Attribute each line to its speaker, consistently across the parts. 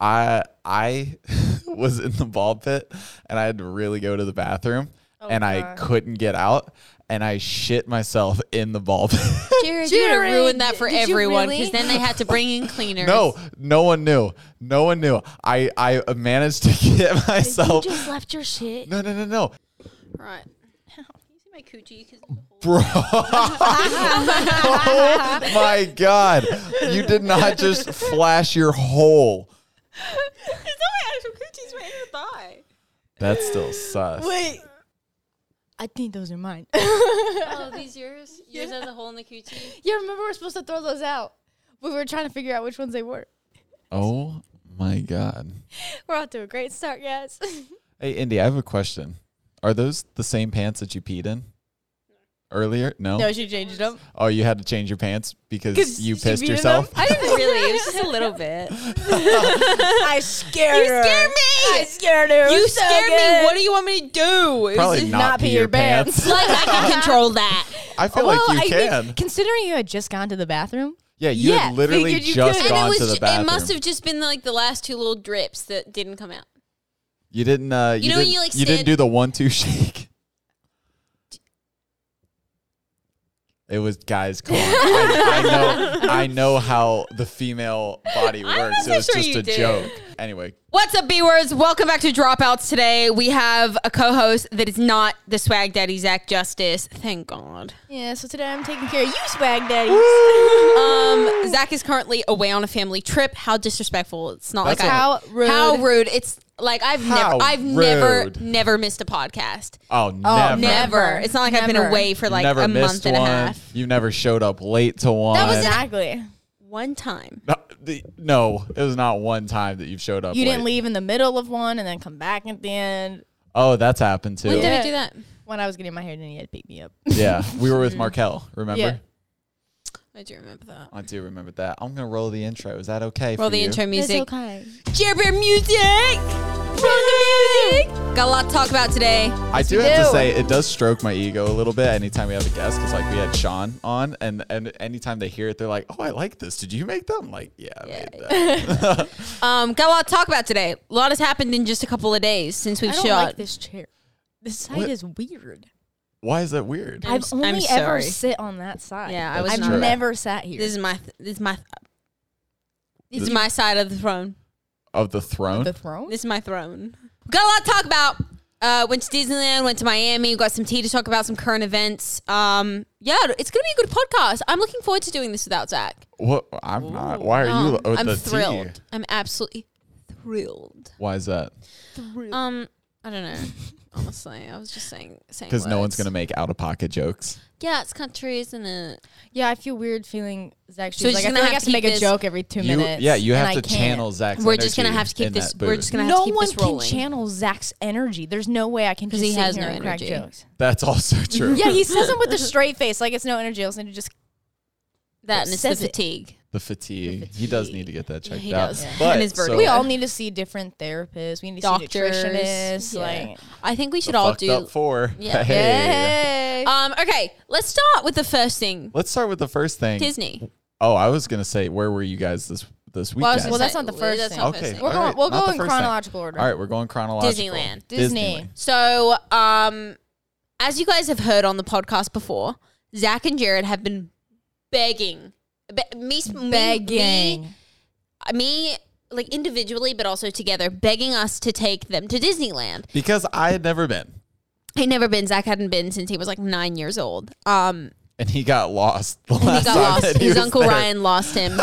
Speaker 1: I I was in the ball pit and I had to really go to the bathroom
Speaker 2: Oh,
Speaker 1: and I
Speaker 2: God.
Speaker 1: couldn't get out and I shit myself in the ball pit.
Speaker 3: Jared, you would have ruined that for
Speaker 2: Did you
Speaker 3: everyone
Speaker 2: really?
Speaker 3: because then they had to bring in cleaners.
Speaker 1: no, no one knew. No one knew. I I managed to get
Speaker 4: Oh.
Speaker 1: myself.
Speaker 2: You just left your shit.
Speaker 1: No, no, no, no.
Speaker 2: Right. Can you see my coochie? 'Cause-
Speaker 1: Bro. oh my god. You did not just flash your hole.
Speaker 2: it's not my actual coochie. It's my inner thigh.
Speaker 1: That's still sus.
Speaker 4: Wait. I think those are mine.
Speaker 2: Oh, these yours? Yours has a hole in the coochie?
Speaker 4: you remember we're supposed to throw those out. We were trying to figure out which ones they were.
Speaker 1: Oh my god.
Speaker 4: We're off to a great start, guys.
Speaker 1: Hey Indy, I have a question. Are those the same pants that you peed in? Earlier? No.
Speaker 4: no, she changed them.
Speaker 1: Oh, you had to change your pants
Speaker 4: 'Cause
Speaker 1: because you
Speaker 4: she
Speaker 1: pissed
Speaker 4: peed in
Speaker 1: yourself?
Speaker 4: them? I didn't
Speaker 2: really? It was just a little bit.
Speaker 4: I scared
Speaker 3: You scared me.
Speaker 4: I scared her.
Speaker 3: you scared me. What do you want me to do? It's
Speaker 1: Probably
Speaker 4: just
Speaker 1: not,
Speaker 4: not
Speaker 1: pee
Speaker 4: pee
Speaker 1: your
Speaker 4: your
Speaker 1: pants.
Speaker 3: like I can control that.
Speaker 1: I feel like you can.
Speaker 4: considering you had just gone to the bathroom.
Speaker 1: yeah, you
Speaker 4: yeah,
Speaker 1: had literally
Speaker 4: figured you
Speaker 1: just
Speaker 4: could.
Speaker 1: gone
Speaker 3: and it
Speaker 1: to the
Speaker 3: was. ju- It
Speaker 1: bathroom.
Speaker 3: must have just been like the last two little drips that didn't come out.
Speaker 1: you didn't. Uh, you,
Speaker 3: You know when
Speaker 1: didn't,
Speaker 3: you, like,
Speaker 1: you didn't
Speaker 3: stand-
Speaker 1: do the one-two shake. It was guys. Come on, I, I know. I know how the female body works. It
Speaker 3: wasn't
Speaker 1: was
Speaker 3: sure
Speaker 1: just
Speaker 3: you
Speaker 1: a
Speaker 3: did.
Speaker 1: joke. Anyway,
Speaker 3: What's up, B words? Welcome back to Dropouts. Today we have a co-host that is not the swag daddy Zach Justice. Thank God.
Speaker 4: Yeah, so today I'm taking care of you, swag daddies.
Speaker 3: Um, Zach is currently away on a family trip. How disrespectful! It's not
Speaker 1: That's
Speaker 3: like
Speaker 4: all-
Speaker 3: I,
Speaker 4: How rude.
Speaker 3: How rude! It's like I've
Speaker 1: How
Speaker 3: never, I've never,
Speaker 1: rude.
Speaker 3: never missed a podcast.
Speaker 1: oh, never,
Speaker 3: Never. It's not like I've been
Speaker 4: Never.
Speaker 3: away for like
Speaker 1: never
Speaker 3: a
Speaker 1: missed
Speaker 3: month and
Speaker 1: one.
Speaker 3: a half.
Speaker 1: You never showed up late to one.
Speaker 3: was an-
Speaker 4: exactly.
Speaker 3: One time.
Speaker 1: No, the- no, it was not one time that you've showed up.
Speaker 4: You didn't
Speaker 1: late.
Speaker 4: leave in the middle of one and then come back at the end.
Speaker 1: Oh, that's happened too.
Speaker 3: When did
Speaker 4: Yeah.
Speaker 3: I do that?
Speaker 4: When I was getting my hair done, you had to pick me up.
Speaker 1: yeah, we were with
Speaker 3: Mm-hmm.
Speaker 1: Markel. Remember?
Speaker 4: Yeah.
Speaker 3: I do remember that.
Speaker 1: I do remember that. I'm gonna roll the intro. Is that okay?
Speaker 3: Roll
Speaker 1: for
Speaker 3: the
Speaker 1: you?
Speaker 3: intro music.
Speaker 4: okay.
Speaker 3: Jerber music. Roll the music. Got a lot to talk about today.
Speaker 1: I do have to
Speaker 4: do.
Speaker 1: say it does stroke my ego a little bit anytime we have a guest because like we had Sean on and and anytime they hear it they're like oh I like this did you make that I'm like yeah, I made that.
Speaker 3: Um, got a lot to talk about today. A lot has happened in just a couple of days since we've
Speaker 4: I don't
Speaker 3: shot.
Speaker 4: like this chair. This
Speaker 1: What?
Speaker 4: side is weird.
Speaker 1: why is that weird
Speaker 3: I'm
Speaker 4: I've
Speaker 3: s- I'm
Speaker 4: only ever
Speaker 3: sorry.
Speaker 4: sit on that side.
Speaker 3: Yeah, I
Speaker 1: That's
Speaker 3: was
Speaker 4: I've
Speaker 3: not.
Speaker 1: true.
Speaker 4: never sat here.
Speaker 3: This is my. This is my. This is
Speaker 1: This-
Speaker 3: my side of the throne.
Speaker 1: of the throne
Speaker 4: the throne.
Speaker 3: This is my throne. Got a lot to talk about. Uh, went to Disneyland. Went to Miami. Got some tea to talk about some current events. Um, yeah, it's gonna be a good podcast. I'm looking forward to doing this without Zach.
Speaker 1: what I'm not why are you
Speaker 3: Um,
Speaker 1: with
Speaker 3: I'm
Speaker 1: the tea?
Speaker 3: thrilled. I'm absolutely thrilled.
Speaker 1: why is that
Speaker 3: Um, I don't know. Honestly, I was just saying. saying
Speaker 1: because no one's
Speaker 3: words.
Speaker 1: gonna make out of pocket jokes
Speaker 3: Yeah, it's country, isn't it?
Speaker 4: Yeah, I feel weird feeling Zach.
Speaker 3: we're
Speaker 4: She's like,
Speaker 3: just
Speaker 4: I
Speaker 3: gonna
Speaker 4: feel like I
Speaker 3: have
Speaker 4: have
Speaker 3: to
Speaker 4: to make
Speaker 3: keep
Speaker 4: a
Speaker 3: this-
Speaker 4: joke every two
Speaker 1: you
Speaker 4: minutes.
Speaker 1: yeah you
Speaker 4: and
Speaker 1: have
Speaker 4: I
Speaker 1: to
Speaker 4: can't.
Speaker 1: channel Zach's
Speaker 3: We're just gonna
Speaker 1: energy
Speaker 3: have to keep
Speaker 1: in
Speaker 3: this.
Speaker 1: that
Speaker 3: We're
Speaker 1: booth.
Speaker 3: just gonna have
Speaker 4: no
Speaker 3: to keep
Speaker 4: one
Speaker 3: this rolling.
Speaker 4: can channel Zach's energy. There's no way I can
Speaker 3: 'Cause
Speaker 4: just
Speaker 3: he
Speaker 4: sit
Speaker 3: has
Speaker 4: here
Speaker 3: no
Speaker 4: and crack
Speaker 3: energy.
Speaker 4: jokes.
Speaker 1: that's also true
Speaker 4: Yeah, he says them with a straight face, like it's no energy. Else, and just
Speaker 3: that and it's the
Speaker 4: Says it.
Speaker 3: fatigue.
Speaker 1: the fatigue. he does need to get that checked
Speaker 3: he
Speaker 1: out
Speaker 3: does.
Speaker 1: but
Speaker 3: And his vertigo.
Speaker 1: so-
Speaker 4: we all need to see different therapists. We need to see
Speaker 3: Doctors,
Speaker 4: nutritionists.
Speaker 3: yeah.
Speaker 4: Like,
Speaker 3: I think we should
Speaker 1: the
Speaker 3: all
Speaker 1: fucked
Speaker 3: do.
Speaker 1: up four
Speaker 3: Yeah.
Speaker 1: hey
Speaker 4: hey,
Speaker 3: Um. Okay. Let's start with the first thing.
Speaker 1: let's start with the first thing
Speaker 3: Disney.
Speaker 1: Oh, I was gonna say, where were you guys this this
Speaker 3: Well, I was
Speaker 1: weekend?
Speaker 4: Well,
Speaker 3: gonna
Speaker 4: that's
Speaker 3: say-
Speaker 4: not the first
Speaker 3: that's
Speaker 4: thing.
Speaker 3: not the
Speaker 1: okay,
Speaker 3: first
Speaker 4: we're
Speaker 1: all
Speaker 3: thing.
Speaker 4: going.
Speaker 1: right,
Speaker 4: we'll
Speaker 1: not
Speaker 4: go
Speaker 1: the first
Speaker 4: in
Speaker 1: thing.
Speaker 4: chronological order.
Speaker 1: All right, we're going chronological.
Speaker 3: Disneyland.
Speaker 4: Disney.
Speaker 3: So, um, as you guys have heard on the podcast before, Zach and Jared have been begging, be- me, me- me,
Speaker 4: Begging.
Speaker 3: me, like individually, but also together, begging us to take them to Disneyland.
Speaker 1: Because I had never been,
Speaker 3: He'd never been. Zach hadn't been since he was like nine years old. Um,
Speaker 1: and he got lost the
Speaker 3: he
Speaker 1: last
Speaker 3: got
Speaker 1: time
Speaker 3: lost.
Speaker 1: that he
Speaker 3: His
Speaker 1: was
Speaker 3: uncle
Speaker 1: there. Oh,
Speaker 3: Ryan lost him.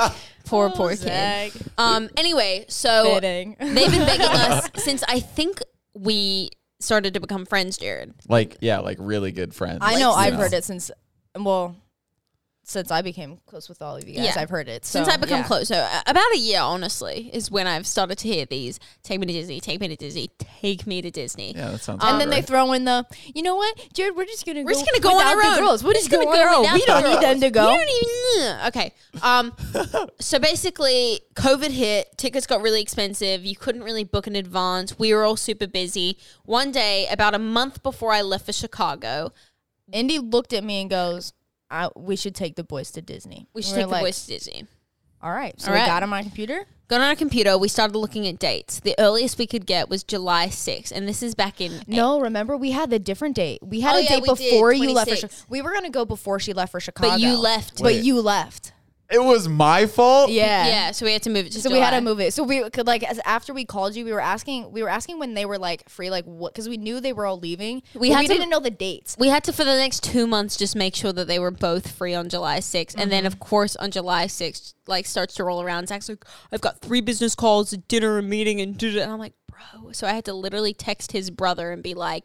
Speaker 3: poor, poor kid.
Speaker 4: Zach. Oh,
Speaker 3: Um. Anyway, so
Speaker 4: Fitting.
Speaker 3: They've been begging us since I think we started to become friends, Jared.
Speaker 1: Like, yeah, like really good friends.
Speaker 4: I know
Speaker 3: Like,
Speaker 4: I've
Speaker 3: since-
Speaker 4: heard it since well since I became close with all of you guys.
Speaker 3: Yeah.
Speaker 4: I've heard it.
Speaker 3: Since
Speaker 4: so,
Speaker 3: I become
Speaker 4: yeah.
Speaker 3: close, so uh, about a year, honestly, is when I've started to hear these: "Take me to Disney, take me to Disney, take me to Disney."
Speaker 1: Yeah, that sounds.
Speaker 4: And
Speaker 1: about
Speaker 4: then they
Speaker 1: right.
Speaker 4: throw in the you know what, Jared, we're just gonna
Speaker 3: We're
Speaker 4: go
Speaker 3: just gonna go on
Speaker 4: without
Speaker 3: our
Speaker 4: the
Speaker 3: own.
Speaker 4: girls. We're just gonna
Speaker 3: go on
Speaker 4: go.
Speaker 3: without
Speaker 4: We don't
Speaker 3: the
Speaker 4: need them to
Speaker 3: girls.
Speaker 4: go.
Speaker 3: We don't even. Okay. Um. so basically, COVID hit. Tickets got really expensive. You couldn't really book in advance. We were all super busy. One day, about a month before I left for Chicago,
Speaker 4: Indy looked at me and goes, I, we should take the boys to Disney.
Speaker 3: we should
Speaker 4: We're
Speaker 3: take
Speaker 4: like,
Speaker 3: the boys to Disney.
Speaker 4: All right. So
Speaker 3: All
Speaker 4: we
Speaker 3: right.
Speaker 4: got on my computer.
Speaker 3: Got on our computer. We started looking at dates. The earliest we could get was July 6th, and this is back in.
Speaker 4: No, remember we had the different date. We had
Speaker 3: Oh,
Speaker 4: a
Speaker 3: yeah,
Speaker 4: date
Speaker 3: we did,
Speaker 4: before you left. For
Speaker 3: 26.
Speaker 4: Chi- we were gonna go before she left for Chicago,
Speaker 3: But you left.
Speaker 4: But
Speaker 1: Wait.
Speaker 4: you left.
Speaker 1: It was my fault.
Speaker 4: Yeah.
Speaker 3: Yeah, so we had to move it to
Speaker 4: So we had
Speaker 3: July.
Speaker 4: to move it. So we could like as after we called you, we were asking we were asking when they were like free, like what because we knew they were all leaving.
Speaker 3: We
Speaker 4: but
Speaker 3: had
Speaker 4: we
Speaker 3: to-
Speaker 4: didn't know the dates.
Speaker 3: We had to, for the next two months, just make sure that they were both free on July 6th. And
Speaker 4: Mm-hmm.
Speaker 3: then, of course, on July 6th, like, starts to roll around. Zach's like, I've got three business calls, a dinner, a meeting, and da-da." And I'm like, bro. So I had to literally text his brother and be like,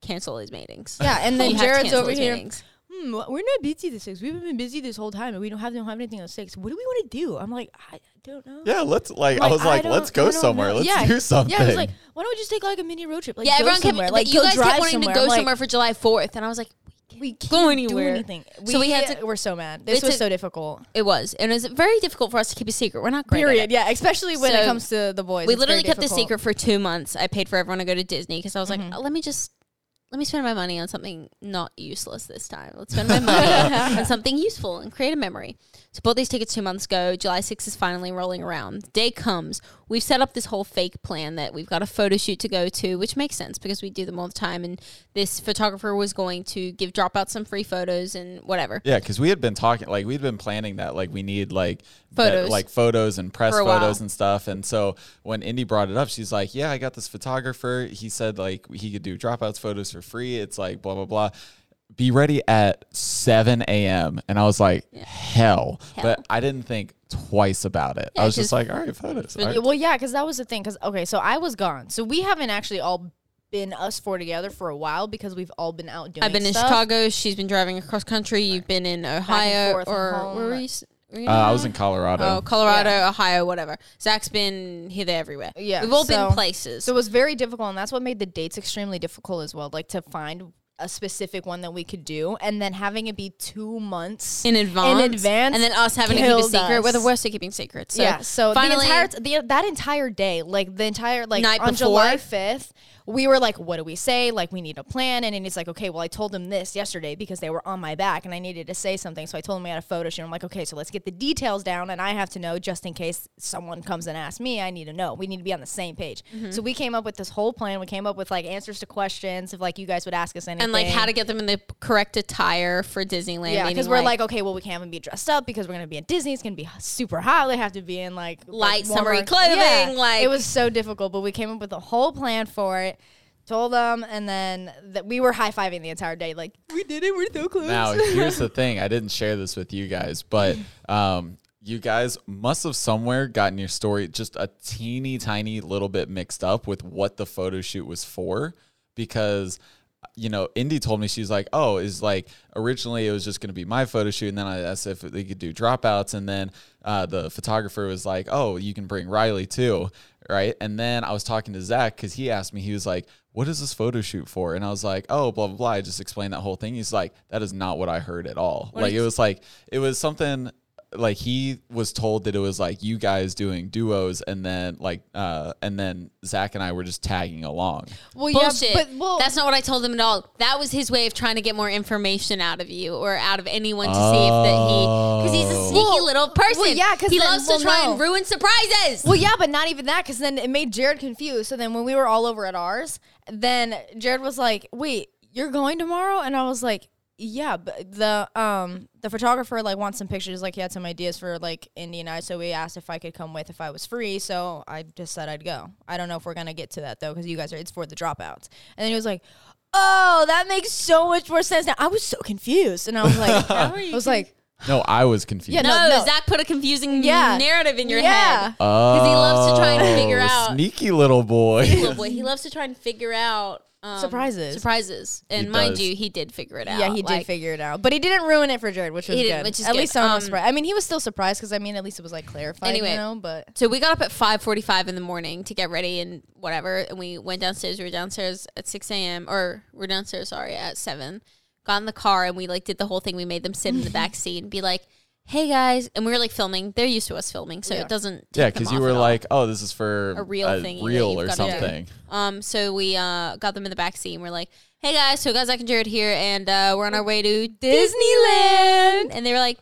Speaker 3: cancel his meetings.
Speaker 4: Yeah, and then
Speaker 3: You have to
Speaker 4: Jared's
Speaker 3: cancel
Speaker 4: over
Speaker 3: his
Speaker 4: here.
Speaker 3: meetings.
Speaker 4: Hmm, we're not busy this six. We've been busy this whole time, and we don't have don't have anything on six. What do we want to do? I'm like, I don't know.
Speaker 1: Yeah, let's like, I was like,
Speaker 4: don't-
Speaker 1: let's
Speaker 4: I
Speaker 1: go
Speaker 4: don't
Speaker 1: somewhere.
Speaker 4: know.
Speaker 1: Let's
Speaker 4: Yeah.
Speaker 1: do something.
Speaker 4: Yeah, I was like, why don't we just take like a mini road trip? Like,
Speaker 3: yeah,
Speaker 4: go
Speaker 3: everyone kept,
Speaker 4: somewhere. like
Speaker 3: you
Speaker 4: go
Speaker 3: guys
Speaker 4: drive
Speaker 3: kept wanting
Speaker 4: somewhere.
Speaker 3: to go
Speaker 4: I'm like,
Speaker 3: somewhere for July 4th. And I was like,
Speaker 4: We can't
Speaker 3: go anywhere.
Speaker 4: Do anything. We,
Speaker 3: So we had to-
Speaker 4: We're so mad. This
Speaker 3: it's
Speaker 4: was
Speaker 3: a-
Speaker 4: so difficult.
Speaker 3: it was. And it was very difficult for us to keep a secret. We're not great at it.
Speaker 4: Period. Yeah, especially when
Speaker 3: So
Speaker 4: it comes to the boys.
Speaker 3: we
Speaker 4: It's
Speaker 3: literally
Speaker 4: very
Speaker 3: kept the
Speaker 4: difficult. Mm-hmm.
Speaker 3: secret for two months. I paid for everyone to go to Disney because I was like, "Oh, let me just let me spend my money on something not useless this time. Let's spend my money on something useful and create a memory. So bought these tickets two months ago. July 6th is finally rolling around. The day comes. We've set up this whole fake plan that we've got a photo shoot to go to, which makes sense because we do them all the time. And this photographer was going to give dropouts some free photos and whatever.
Speaker 1: Yeah, because we had been talking, like we'd been planning that, like we need like that-
Speaker 3: Photos.
Speaker 1: like photos and press
Speaker 3: For a while.
Speaker 1: photos and stuff. And so when Indy brought it up, she's like, "Yeah, I got this photographer. He said like he could do dropouts photos for free. It's like blah blah blah. Be ready at 7 a.m." And I was like, hell. But I didn't think twice about it. I was just
Speaker 3: 'cause-
Speaker 1: like, "All right, photos." All right.
Speaker 4: Well, yeah, because that was the thing. Because okay, so I was gone, so we haven't actually all been us four together for a while because we've all been out doing.
Speaker 3: I've been in
Speaker 4: stuff.
Speaker 3: Chicago. She's been driving across country. You've been in Ohio
Speaker 4: forth,
Speaker 3: or
Speaker 4: home.
Speaker 3: where were you? s- were you in
Speaker 1: Uh, I
Speaker 3: Ohio?
Speaker 1: was in Colorado.
Speaker 3: Oh, Colorado, Ohio, whatever. Zach's been here, there, everywhere.
Speaker 4: Yeah,
Speaker 3: we've all been
Speaker 4: so-
Speaker 3: places.
Speaker 4: So it was very difficult, and that's what made the dates extremely difficult as well. Like to find a specific one that we could do, and then having it be two months
Speaker 3: in advance,
Speaker 4: In advance,
Speaker 3: and then us having to keep a
Speaker 4: killed
Speaker 3: secret.
Speaker 4: us.
Speaker 3: We're the worst at keeping secrets. So
Speaker 4: yeah. So
Speaker 3: finally,
Speaker 4: the entire the, that entire day, like the entire like
Speaker 3: Night
Speaker 4: on
Speaker 3: before.
Speaker 4: July fifth, we were like, "What do we say? Like, we need a plan." And then he's like, "Okay, well, I told them this yesterday because they were on my back and I needed to say something, so I told him we had a photo shoot." I'm like, "Okay, so let's get the details down, and I have to know just in case someone comes and asks me. I need to know. We need to be on the same page."
Speaker 3: Mm-hmm.
Speaker 4: So we came up with this whole plan. We came up with like answers to questions if like you guys would ask us anything
Speaker 3: and like how to get them in the correct attire for Disneyland.
Speaker 4: yeah,
Speaker 3: meaning,
Speaker 4: because we're like, okay, well, we can't even be dressed up because we're gonna be at Disney. It's gonna be super hot. They have to be in like like,
Speaker 3: Light, summery
Speaker 4: warmer-
Speaker 3: clothing,
Speaker 4: Yeah.
Speaker 3: like-
Speaker 4: it was so difficult, but we came up with a whole plan for it. Told them, and then that we were high fiving the entire day. Like we did it. We're so close.
Speaker 1: Now, here's the thing. I didn't share this with you guys, but um, you guys must have somewhere gotten your story just a teeny tiny little bit mixed up with what the photo shoot was for because. You know, Indy told me she's like, "Oh, is like originally it was just going to be my photo shoot, and then I asked if they could do dropouts, and then uh, the photographer was like, "Oh, you can bring Riley too, right?" And then I was talking to Zach because he asked me, he was like, what is this photo shoot for? And I was like, oh, blah, blah, blah. I just explained that whole thing. He's like, that is not what I heard at all. like, it was like, it was something like he was told that it was like you guys doing duos and then like, uh, and then Zach and I were just tagging along.
Speaker 4: well,
Speaker 3: bullshit.
Speaker 4: oh, yeah, but well,
Speaker 3: That's not what I told him at all. That was his way of trying to get more information out of you or out of anyone to see if that he, because he's a sneaky
Speaker 4: Oh. Well,
Speaker 3: little person.
Speaker 4: well, yeah, 'cause
Speaker 3: he
Speaker 4: then
Speaker 3: loves
Speaker 4: we'll
Speaker 3: to try
Speaker 4: know.
Speaker 3: and ruin surprises.
Speaker 4: Well, yeah, but not even that, because then it made Jared confused. So then when we were all over at ours, then Jared was like, "Wait, you're going tomorrow?" And I was like, "Yeah, but the um the photographer like wants some pictures. Like he had some ideas for like Indy and I, so we asked if I could come with if I was free. So I just said I'd go. I don't know if we're gonna get to that though, because you guys are it's for the dropouts. And then he was like. Oh, that makes so much more sense now. I was so confused, and I was like, I was like,
Speaker 1: No, I was confused.
Speaker 4: Yeah,
Speaker 3: no,
Speaker 4: no, no.
Speaker 3: Zach put a confusing
Speaker 4: Yeah.
Speaker 3: narrative in your
Speaker 4: Yeah.
Speaker 3: head. Because he loves to try and figure
Speaker 1: Oh,
Speaker 3: out.
Speaker 1: Sneaky little boy.
Speaker 3: little boy. He loves to try and figure out um,
Speaker 4: Surprises.
Speaker 3: Surprises, and
Speaker 1: He
Speaker 3: mind
Speaker 1: does.
Speaker 3: you, he did figure it out.
Speaker 4: Yeah, he did
Speaker 3: Like,
Speaker 4: figure it out, but he didn't ruin it for Jared, which was
Speaker 3: He
Speaker 4: good.
Speaker 3: didn't, which is
Speaker 4: at
Speaker 3: good.
Speaker 4: least someone was
Speaker 3: Um,
Speaker 4: surprised. I mean, he was still surprised because I mean, at least it was like clarified.
Speaker 3: Anyway.
Speaker 4: you know, but
Speaker 3: So we got up at five forty-five in the morning to get ready and whatever, and we went downstairs. We were downstairs at six a.m. or we're downstairs, sorry, at seven. Got in the car and we like did the whole thing. We made them sit in the back seat and be like, "Hey guys," and we were like filming. They're used to us filming, so it doesn't. Take
Speaker 1: yeah,
Speaker 3: them
Speaker 1: because you
Speaker 3: off
Speaker 1: were
Speaker 3: at all.
Speaker 1: like, oh, this is for
Speaker 3: A real thingy that
Speaker 1: real
Speaker 3: you've
Speaker 1: or
Speaker 3: gotta do.
Speaker 1: something.
Speaker 3: Um, so we uh, got them in the back seat and we're like, hey guys, so guys, Zach and Jared here, and uh, we're on our way to Disneyland. And they were like,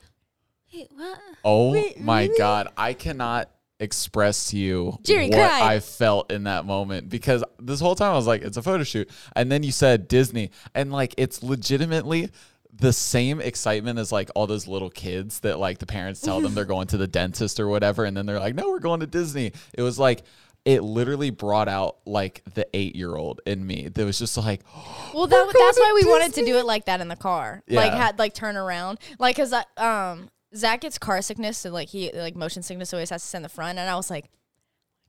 Speaker 3: hey, what?
Speaker 1: Oh my God. I cannot express to you
Speaker 4: Jerry
Speaker 1: what
Speaker 4: cried.
Speaker 1: I felt in that moment because this whole time I was like, it's a photo shoot. And then you said Disney, and like it's legitimately the same excitement as like all those little kids that like the parents tell them they're going to the dentist or whatever, and then they're like, no, we're going to Disney. It was like, it literally brought out like the eight year old in me that was just like,
Speaker 4: Well, that, that's why we wanted to do it like that in the car. Like
Speaker 1: Yeah.
Speaker 4: had like turn around, like because um Zach gets car sickness, so like he like motion sickness so he always has to sit in the front, and I was like,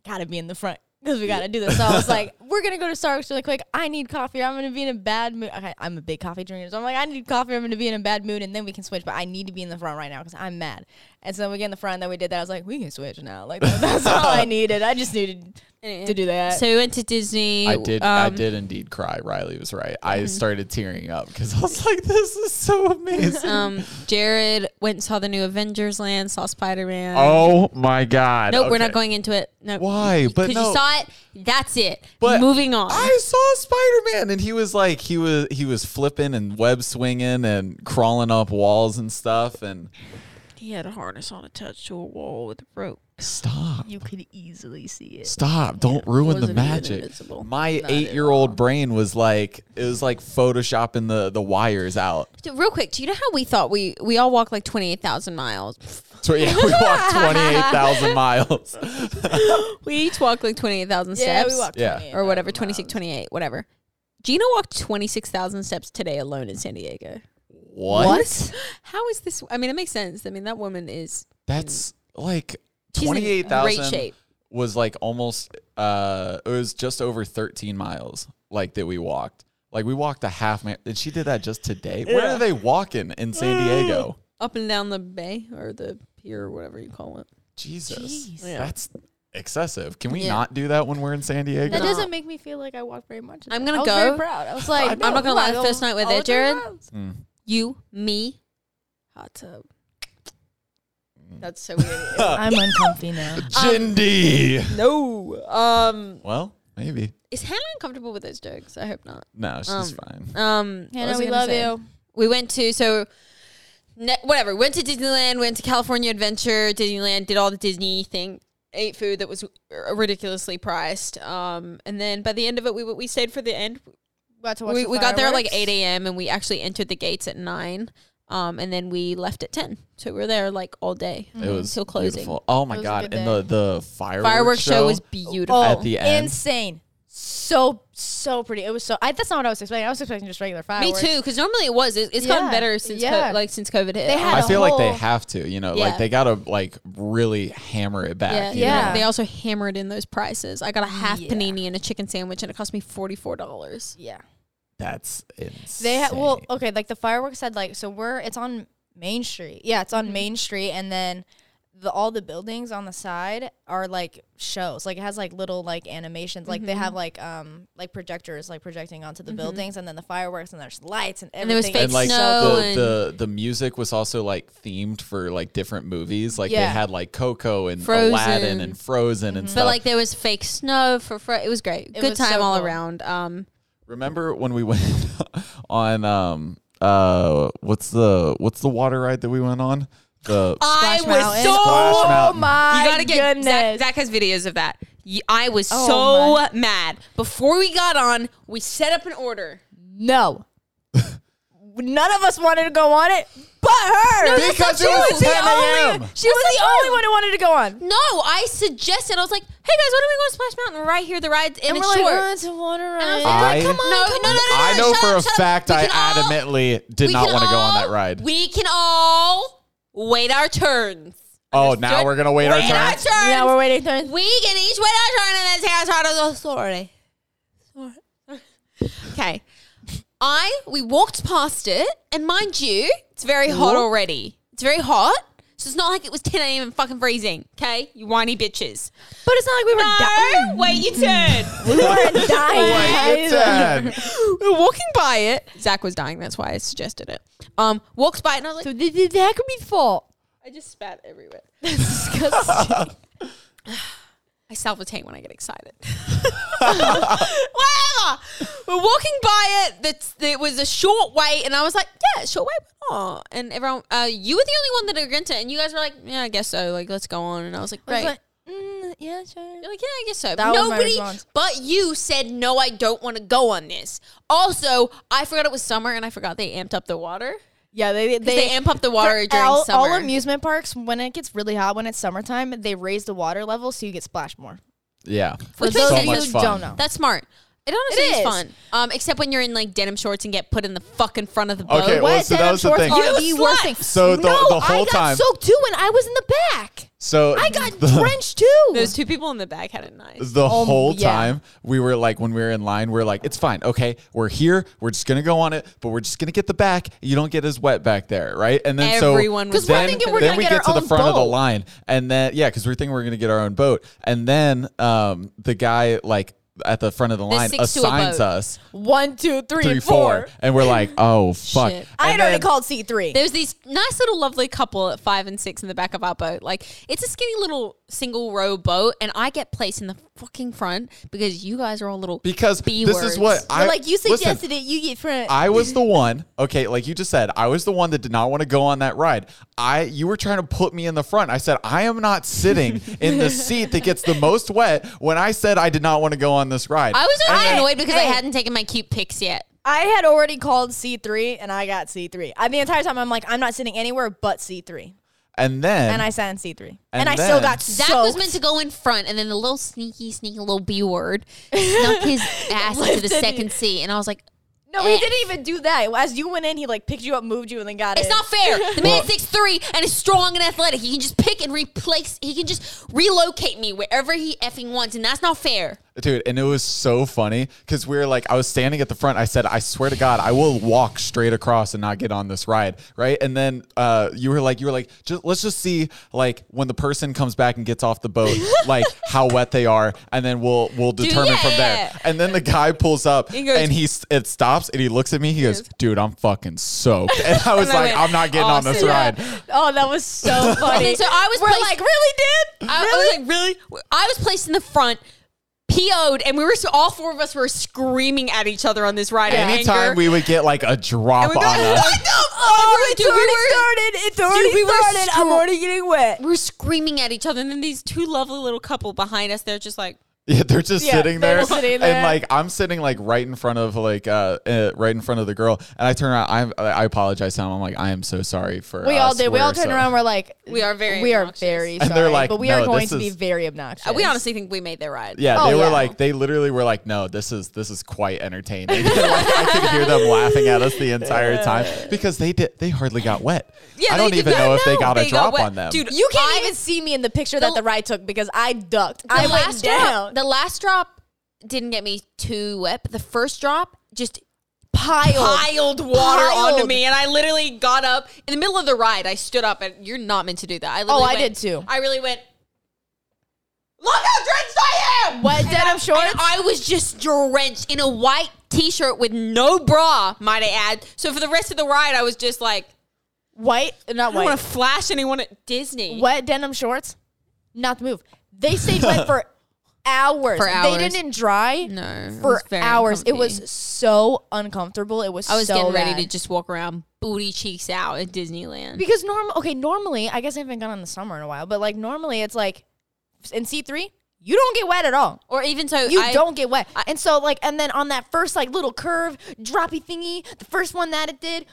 Speaker 4: gotta be in the front because we gotta do this. So I was like, we're gonna go to Starbucks really quick. I need coffee. I'm gonna be in a bad mood. Okay, I'm a big coffee drinker, so I'm like, I need coffee. I'm gonna be in a bad mood, and then we can switch. But I need to be in the front right now because I'm mad. And so we get in the front, and then we did that. I was like, we can switch now. Like that's all I needed. I just needed to do that.
Speaker 3: So we went to Disney.
Speaker 1: I did. I
Speaker 3: um,
Speaker 1: did indeed cry. Riley was right. I started tearing up because I was like, "This is so amazing."
Speaker 3: Um, Jared went and saw the new Avengers Land, saw Spider Man.
Speaker 1: oh my god!
Speaker 3: nope, we're not
Speaker 1: Okay.
Speaker 3: going into it. No,
Speaker 1: Why? But
Speaker 3: because
Speaker 1: no.
Speaker 3: you saw it. That's it.
Speaker 1: But
Speaker 3: moving on.
Speaker 1: I saw Spider Man, and he was like, he was he was flipping and web swinging and crawling up walls and stuff. And
Speaker 3: he had a harness on attached to a wall with a rope.
Speaker 1: stop,
Speaker 3: You could easily see it.
Speaker 1: stop! Don't ruin the
Speaker 3: wasn't even
Speaker 1: magic.
Speaker 3: invisible.
Speaker 1: My eight year old brain was like, it was like photoshopping the the wires out.
Speaker 3: Real quick, do you know how we thought we we all walked like twenty eight thousand miles?
Speaker 1: So yeah, we walked twenty eight thousand miles.
Speaker 3: We each walked like twenty eight thousand
Speaker 4: yeah,
Speaker 3: steps.
Speaker 4: we walked
Speaker 1: Yeah.
Speaker 4: 28
Speaker 3: or whatever,
Speaker 4: miles.
Speaker 3: 26, 28, whatever. Gina walked 26,000 steps today alone in San Diego.
Speaker 1: what?
Speaker 3: How is this? I mean, it makes sense. I mean, that woman is
Speaker 1: That's like
Speaker 3: she's in
Speaker 1: twenty eight
Speaker 3: great
Speaker 1: thousand
Speaker 3: shape.
Speaker 1: was like almost uh it was just over thirteen miles like that we walked. Like we walked a half mile and she did that just today. Where are they walking in San Diego?
Speaker 3: Up and down the bay or the pier or whatever you call it.
Speaker 1: Jesus.
Speaker 3: Jeez. Yeah.
Speaker 1: That's excessive. Can we
Speaker 3: Yeah.
Speaker 1: not do that when we're in San Diego?
Speaker 4: That
Speaker 3: No.
Speaker 4: doesn't make me feel like I walked very much.
Speaker 3: I'm
Speaker 4: today.
Speaker 3: gonna
Speaker 4: I was very
Speaker 3: go.
Speaker 4: proud. I was like,
Speaker 1: I'm
Speaker 3: not gonna lie,
Speaker 4: "Wow,
Speaker 3: first night with
Speaker 4: all
Speaker 3: it,
Speaker 4: the
Speaker 3: Jared."
Speaker 4: miles."
Speaker 1: Mm.
Speaker 3: You, me, hot tub.
Speaker 2: That's so weird.
Speaker 4: I'm uncomfy now.
Speaker 1: Jindy.
Speaker 3: um, No. Um,
Speaker 1: well, maybe.
Speaker 3: is Hannah uncomfortable with those jokes? I hope not.
Speaker 1: No, she's
Speaker 3: Um,
Speaker 1: fine.
Speaker 3: Um, what
Speaker 4: Hannah,
Speaker 3: was I
Speaker 4: we
Speaker 3: gonna
Speaker 4: love
Speaker 3: say?
Speaker 4: you.
Speaker 3: we went to so ne- whatever went to disneyland went to california adventure disneyland did all the disney thing ate food that was r- ridiculously priced um and then by the end of it we we stayed for the end
Speaker 4: Got to watch
Speaker 3: we,
Speaker 4: the
Speaker 3: we got there at like
Speaker 4: fireworks.
Speaker 3: 8 a.m and we actually entered the gates at 9 um and then we left at 10 so we were there like all day Mm-hmm.
Speaker 1: It was
Speaker 3: till um, closing
Speaker 1: beautiful. Oh my
Speaker 4: It was a
Speaker 1: god!
Speaker 4: good
Speaker 1: And
Speaker 4: day.
Speaker 1: the the fireworks,
Speaker 3: fireworks show was beautiful
Speaker 1: at the end.
Speaker 4: Oh, Insane. So so pretty. It was so. I, that's not what I was expecting. I was expecting just regular
Speaker 3: me
Speaker 4: Oh, fireworks.
Speaker 3: too because normally it was it, it's gotten
Speaker 4: Yeah,
Speaker 3: better since
Speaker 4: yeah.
Speaker 3: co- like since covid hit
Speaker 4: They had
Speaker 1: I
Speaker 4: a
Speaker 1: feel like they
Speaker 4: whole-
Speaker 1: have to, you know,
Speaker 3: Yeah.
Speaker 1: like they gotta like really hammer it back.
Speaker 3: Yeah,
Speaker 1: you
Speaker 4: yeah.
Speaker 1: know?
Speaker 3: They also hammered in those prices. I got a half
Speaker 4: Yeah.
Speaker 3: panini and a chicken sandwich, and it cost me forty four dollars.
Speaker 4: Yeah.
Speaker 1: That's insane.
Speaker 4: They had well, okay, like the fireworks had like so we're it's on Main Street. Yeah, it's on
Speaker 3: Mm-hmm.
Speaker 4: Main Street, and then the all the buildings on the side are like shows. Like it has like little like animations. Like they
Speaker 3: Mm-hmm.
Speaker 4: have like um like projectors like projecting onto the buildings, and then the fireworks, and there's lights and
Speaker 3: there was
Speaker 4: everything.
Speaker 3: fake
Speaker 1: and like
Speaker 3: snow
Speaker 1: the,
Speaker 3: and-
Speaker 1: the the music was also like themed for like different movies. Like
Speaker 4: Yeah.
Speaker 1: they had like Coco and
Speaker 3: Frozen. Mm-hmm.
Speaker 1: Aladdin and Frozen and stuff.
Speaker 3: But like there was fake snow for fr- it was great. Good
Speaker 4: was
Speaker 3: time
Speaker 4: so
Speaker 3: all
Speaker 4: cool.
Speaker 3: around. Um,
Speaker 1: Remember when we went on um uh what's the what's the water ride that we went on? The
Speaker 3: I
Speaker 4: Splash Mountain.
Speaker 1: Splash
Speaker 4: Oh
Speaker 1: Mountain.
Speaker 4: my!
Speaker 3: you gotta get
Speaker 4: goodness.
Speaker 3: Zach, Zach has videos of that. Y- I was
Speaker 4: Oh
Speaker 3: so mad. Before we got on, we set up an order.
Speaker 4: No. None of us wanted to go on it, but her.
Speaker 1: Because it
Speaker 4: she
Speaker 1: was
Speaker 4: was the
Speaker 1: 10 a.m.
Speaker 4: only, she was the only one who wanted to go on.
Speaker 3: No, I suggested. I was like, "Hey guys, why don't we go to Splash Mountain right here? The ride and, it's
Speaker 4: we're
Speaker 3: short."
Speaker 4: like, "Oh, it's a water
Speaker 3: And I was
Speaker 4: ride.
Speaker 3: like,
Speaker 1: I-
Speaker 3: "Come on,
Speaker 1: No,
Speaker 3: come on, no, no, no, no,
Speaker 1: I
Speaker 3: no,
Speaker 1: know
Speaker 3: shut
Speaker 1: for
Speaker 3: up,
Speaker 1: a
Speaker 3: shut up.
Speaker 1: fact
Speaker 3: We
Speaker 1: I
Speaker 3: can all-
Speaker 1: adamantly did
Speaker 3: We
Speaker 1: not
Speaker 3: can
Speaker 1: want to go on
Speaker 3: all-
Speaker 1: that ride.
Speaker 3: We can all wait our turns.
Speaker 1: oh, now
Speaker 3: Understood?
Speaker 1: we're gonna wait our
Speaker 3: Wait
Speaker 1: turn.
Speaker 3: turns.
Speaker 4: Yeah, we're waiting. for-
Speaker 3: We can each wait our turn and then take our turn as authority. Okay. I we walked past it, and mind you, it's very hot already. It's very hot. So it's not like it was 10 a.m. and fucking freezing. Okay, you whiny bitches.
Speaker 4: But it's not like we were
Speaker 3: No, wait your turn.
Speaker 4: We weren't dying.
Speaker 1: Ten.
Speaker 3: we were walking by it. Zach was dying. That's why I suggested it. Um, walked by it, and I was like,
Speaker 4: Th- th- that could be fault.
Speaker 3: I just spat everywhere.
Speaker 4: Disgusting.
Speaker 3: I salvitate when I get excited. Whatever. We're walking by it. That's it was a short wait, and I was like, "Yeah, short wait." Oh, and everyone, uh, you were the only one that agreed to, it, and you guys were like, "Yeah, I guess so." Like, let's go on. And I was like,
Speaker 4: I was
Speaker 3: "Great."
Speaker 4: like, mm, yeah, sure.
Speaker 3: You're like, yeah, I guess so.
Speaker 4: That was my
Speaker 3: Nobody
Speaker 4: response.
Speaker 3: but you said, no, I don't want to go on this. Also, I forgot it was summer and I forgot they amped up the water.
Speaker 4: Yeah, they they,
Speaker 3: they amp up the water
Speaker 4: for
Speaker 3: during
Speaker 4: all, All
Speaker 3: summer.
Speaker 4: amusement parks, when it gets really hot, when it's summertime, they raise the water level so you get splashed more.
Speaker 1: Yeah.
Speaker 3: Which
Speaker 4: For those of
Speaker 3: makes
Speaker 4: you
Speaker 3: sense.
Speaker 1: So much
Speaker 4: who
Speaker 1: fun.
Speaker 4: don't know,
Speaker 3: That's smart. It honestly
Speaker 4: It
Speaker 3: is.
Speaker 4: is.
Speaker 3: fun. Um, except when you're in like denim shorts and get put in the fucking front of the boat.
Speaker 1: Okay, well,
Speaker 4: What?
Speaker 1: so that
Speaker 4: Denim
Speaker 1: was the
Speaker 4: shorts
Speaker 1: thing.
Speaker 4: are
Speaker 3: You
Speaker 4: the worst
Speaker 3: slut.
Speaker 4: thing.
Speaker 1: So the-
Speaker 4: no,
Speaker 1: the whole
Speaker 4: I got
Speaker 1: time-
Speaker 4: soaked too when I was in the back.
Speaker 1: So
Speaker 4: I got
Speaker 1: the-
Speaker 4: drenched too.
Speaker 3: Those two people in the back had it nice.
Speaker 1: the whole
Speaker 4: Um, yeah.
Speaker 1: time we were like when we were in line we are like it's fine okay we're here we're just gonna go on it but we're just gonna get the back you don't get as wet back there right and then
Speaker 3: Everyone
Speaker 1: so
Speaker 3: was 'Cause we're
Speaker 1: then,
Speaker 3: thinking
Speaker 4: we're
Speaker 1: then
Speaker 4: gonna
Speaker 1: we
Speaker 4: get
Speaker 1: get to
Speaker 4: our
Speaker 1: the
Speaker 4: own
Speaker 1: front of the
Speaker 4: boat.
Speaker 1: line and then yeah because we're thinking we're gonna get our own boat and then um the guy like at the front of the line
Speaker 3: sticks to a
Speaker 1: assigns
Speaker 3: boat.
Speaker 1: us
Speaker 4: One, two, three,
Speaker 1: three four and we're like oh fuck
Speaker 3: Shit.
Speaker 4: I had
Speaker 1: And
Speaker 4: already
Speaker 1: then-
Speaker 4: called C three.
Speaker 3: There's these nice little lovely couple at five and six in the back of our boat. Like it's a skinny little single row boat, and I get placed in the fucking front because you guys are all little
Speaker 1: because
Speaker 3: B
Speaker 1: this
Speaker 3: words.
Speaker 1: is what I
Speaker 4: like you
Speaker 1: listen,
Speaker 4: suggested it, you get front.
Speaker 1: I was the one. Okay, like you just said, I was the one that did not want to go on that ride. I you were trying to put me in the front. I said I am not sitting in the seat that gets the most wet when I said I did not want to go on this ride.
Speaker 3: I was just annoyed because I
Speaker 4: hey.
Speaker 3: hadn't taken my cute pics yet.
Speaker 4: I had already called C three and I got C three. I the entire time I'm like, I'm not sitting anywhere but C three.
Speaker 1: and then
Speaker 4: And I sat in C three.
Speaker 1: And
Speaker 4: And, I still
Speaker 1: then-
Speaker 4: got
Speaker 3: Zach
Speaker 4: soaked.
Speaker 3: was meant to go in front, and then the little sneaky, sneaky little B word snuck his ass into the
Speaker 4: Lifted
Speaker 3: second seat, and I was like,
Speaker 4: no, he didn't even do that. As you went in, he like picked you up, moved you, and then got
Speaker 3: "It's
Speaker 4: in.
Speaker 3: not fair. The man's six three and is strong and athletic. He can just pick and replace. He can just relocate me wherever he effing wants, and that's not fair."
Speaker 1: dude, and it was so funny because we were like, I was standing at the front. I said, I swear to God, I will walk straight across and not get on this ride, right? And then uh, you were like, you were like, just let's just see like when the person comes back and gets off the boat, like how wet they are, and then we'll we'll determine
Speaker 3: yeah,
Speaker 1: from
Speaker 3: yeah,
Speaker 1: there.
Speaker 3: yeah.
Speaker 1: And then the guy pulls up
Speaker 3: He goes-
Speaker 1: and he s- it stops and he looks at me. He goes, dude, I'm fucking soaked. And I was
Speaker 3: And I
Speaker 1: like,
Speaker 3: went,
Speaker 1: I'm not getting on this
Speaker 3: "Awesome."
Speaker 1: ride.
Speaker 4: Oh, that was so funny.
Speaker 3: And so I was
Speaker 4: We're
Speaker 3: placed-
Speaker 4: like, really, dude?
Speaker 3: I, I was like, "Really?" I was placed in the front. PO'd and we were so all four of us were screaming at each other on this ride. in anger.
Speaker 1: Anytime we would get like a drop
Speaker 3: And we
Speaker 1: on
Speaker 3: go,
Speaker 1: us.
Speaker 3: "What the fuck?"
Speaker 4: Oh, It's
Speaker 3: Dude, we
Speaker 4: already
Speaker 3: oh, were-
Speaker 4: started. It's already
Speaker 3: we were
Speaker 4: started. I'm
Speaker 3: scr-
Speaker 4: already getting wet.
Speaker 3: we're screaming at each other, and then these two lovely little couple behind us, they're just like,
Speaker 1: Yeah, they're just
Speaker 4: Yeah,
Speaker 1: sitting
Speaker 4: they're
Speaker 1: there,
Speaker 4: sitting
Speaker 1: and
Speaker 4: there.
Speaker 1: like I'm sitting like right in front of like uh, uh right in front of the girl, and I turn around. I'm, I apologize to them. I'm like, I am so sorry for.
Speaker 4: We all
Speaker 1: us.
Speaker 4: did. We
Speaker 1: We're
Speaker 4: all turned
Speaker 1: so-
Speaker 4: around. We're like,
Speaker 3: We are very
Speaker 4: we
Speaker 3: obnoxious. Uh,
Speaker 4: are very
Speaker 1: And
Speaker 4: sorry,
Speaker 1: they're like,
Speaker 4: but we
Speaker 1: "No,
Speaker 4: are going
Speaker 1: this
Speaker 4: to be
Speaker 1: is-
Speaker 4: very obnoxious.
Speaker 3: we honestly think we made their ride.
Speaker 1: Yeah,
Speaker 4: Oh,
Speaker 1: they were
Speaker 4: yeah.
Speaker 1: like, they literally were like, no, this is this is quite entertaining. Like, I could hear them laughing at us the entire time because they did. They hardly got wet.
Speaker 3: Yeah,
Speaker 1: I don't
Speaker 3: they did
Speaker 1: even
Speaker 3: not
Speaker 1: know if they
Speaker 3: know.
Speaker 1: got a
Speaker 3: They got
Speaker 1: drop
Speaker 3: wet.
Speaker 1: on them.
Speaker 3: Dude,
Speaker 4: you can't
Speaker 3: I-
Speaker 4: even see me in the picture
Speaker 3: The-
Speaker 4: that the ride took because I ducked.
Speaker 3: The
Speaker 4: I went
Speaker 3: last
Speaker 4: down.
Speaker 3: drop, the last drop didn't get me too wet, but the first drop just
Speaker 4: pile.
Speaker 3: piled water
Speaker 4: Piled.
Speaker 3: onto me, and I literally got up in the middle of the ride. I stood up, and you're not meant to do that. I literally
Speaker 4: Oh, I did
Speaker 3: went-
Speaker 4: too.
Speaker 3: I really went. Look how drenched I am!
Speaker 4: Wet denim shorts.
Speaker 3: And I was just drenched in a white t-shirt with no bra, might I add. So for the rest of the ride, I was just like,
Speaker 4: white, Uh, not
Speaker 3: I don't want
Speaker 4: white.
Speaker 3: to flash anyone at Disney.
Speaker 4: Wet denim shorts. Not the move. They stayed wet for hours.
Speaker 3: For hours.
Speaker 4: They didn't dry.
Speaker 3: No, it
Speaker 4: For
Speaker 3: was very
Speaker 4: hours, it
Speaker 3: uncomfy.
Speaker 4: was so uncomfortable. It was.
Speaker 3: I was
Speaker 4: so
Speaker 3: getting ready
Speaker 4: bad.
Speaker 3: to just walk around booty cheeks out at Disneyland.
Speaker 4: Because normal, okay, normally I guess I haven't gone on the summer in a while, but like normally it's like in C three you don't get wet at all.
Speaker 3: or even so,
Speaker 4: You
Speaker 3: I,
Speaker 4: don't get wet, and so like, and then on that first like little curve droppy thingy, the first one that it did,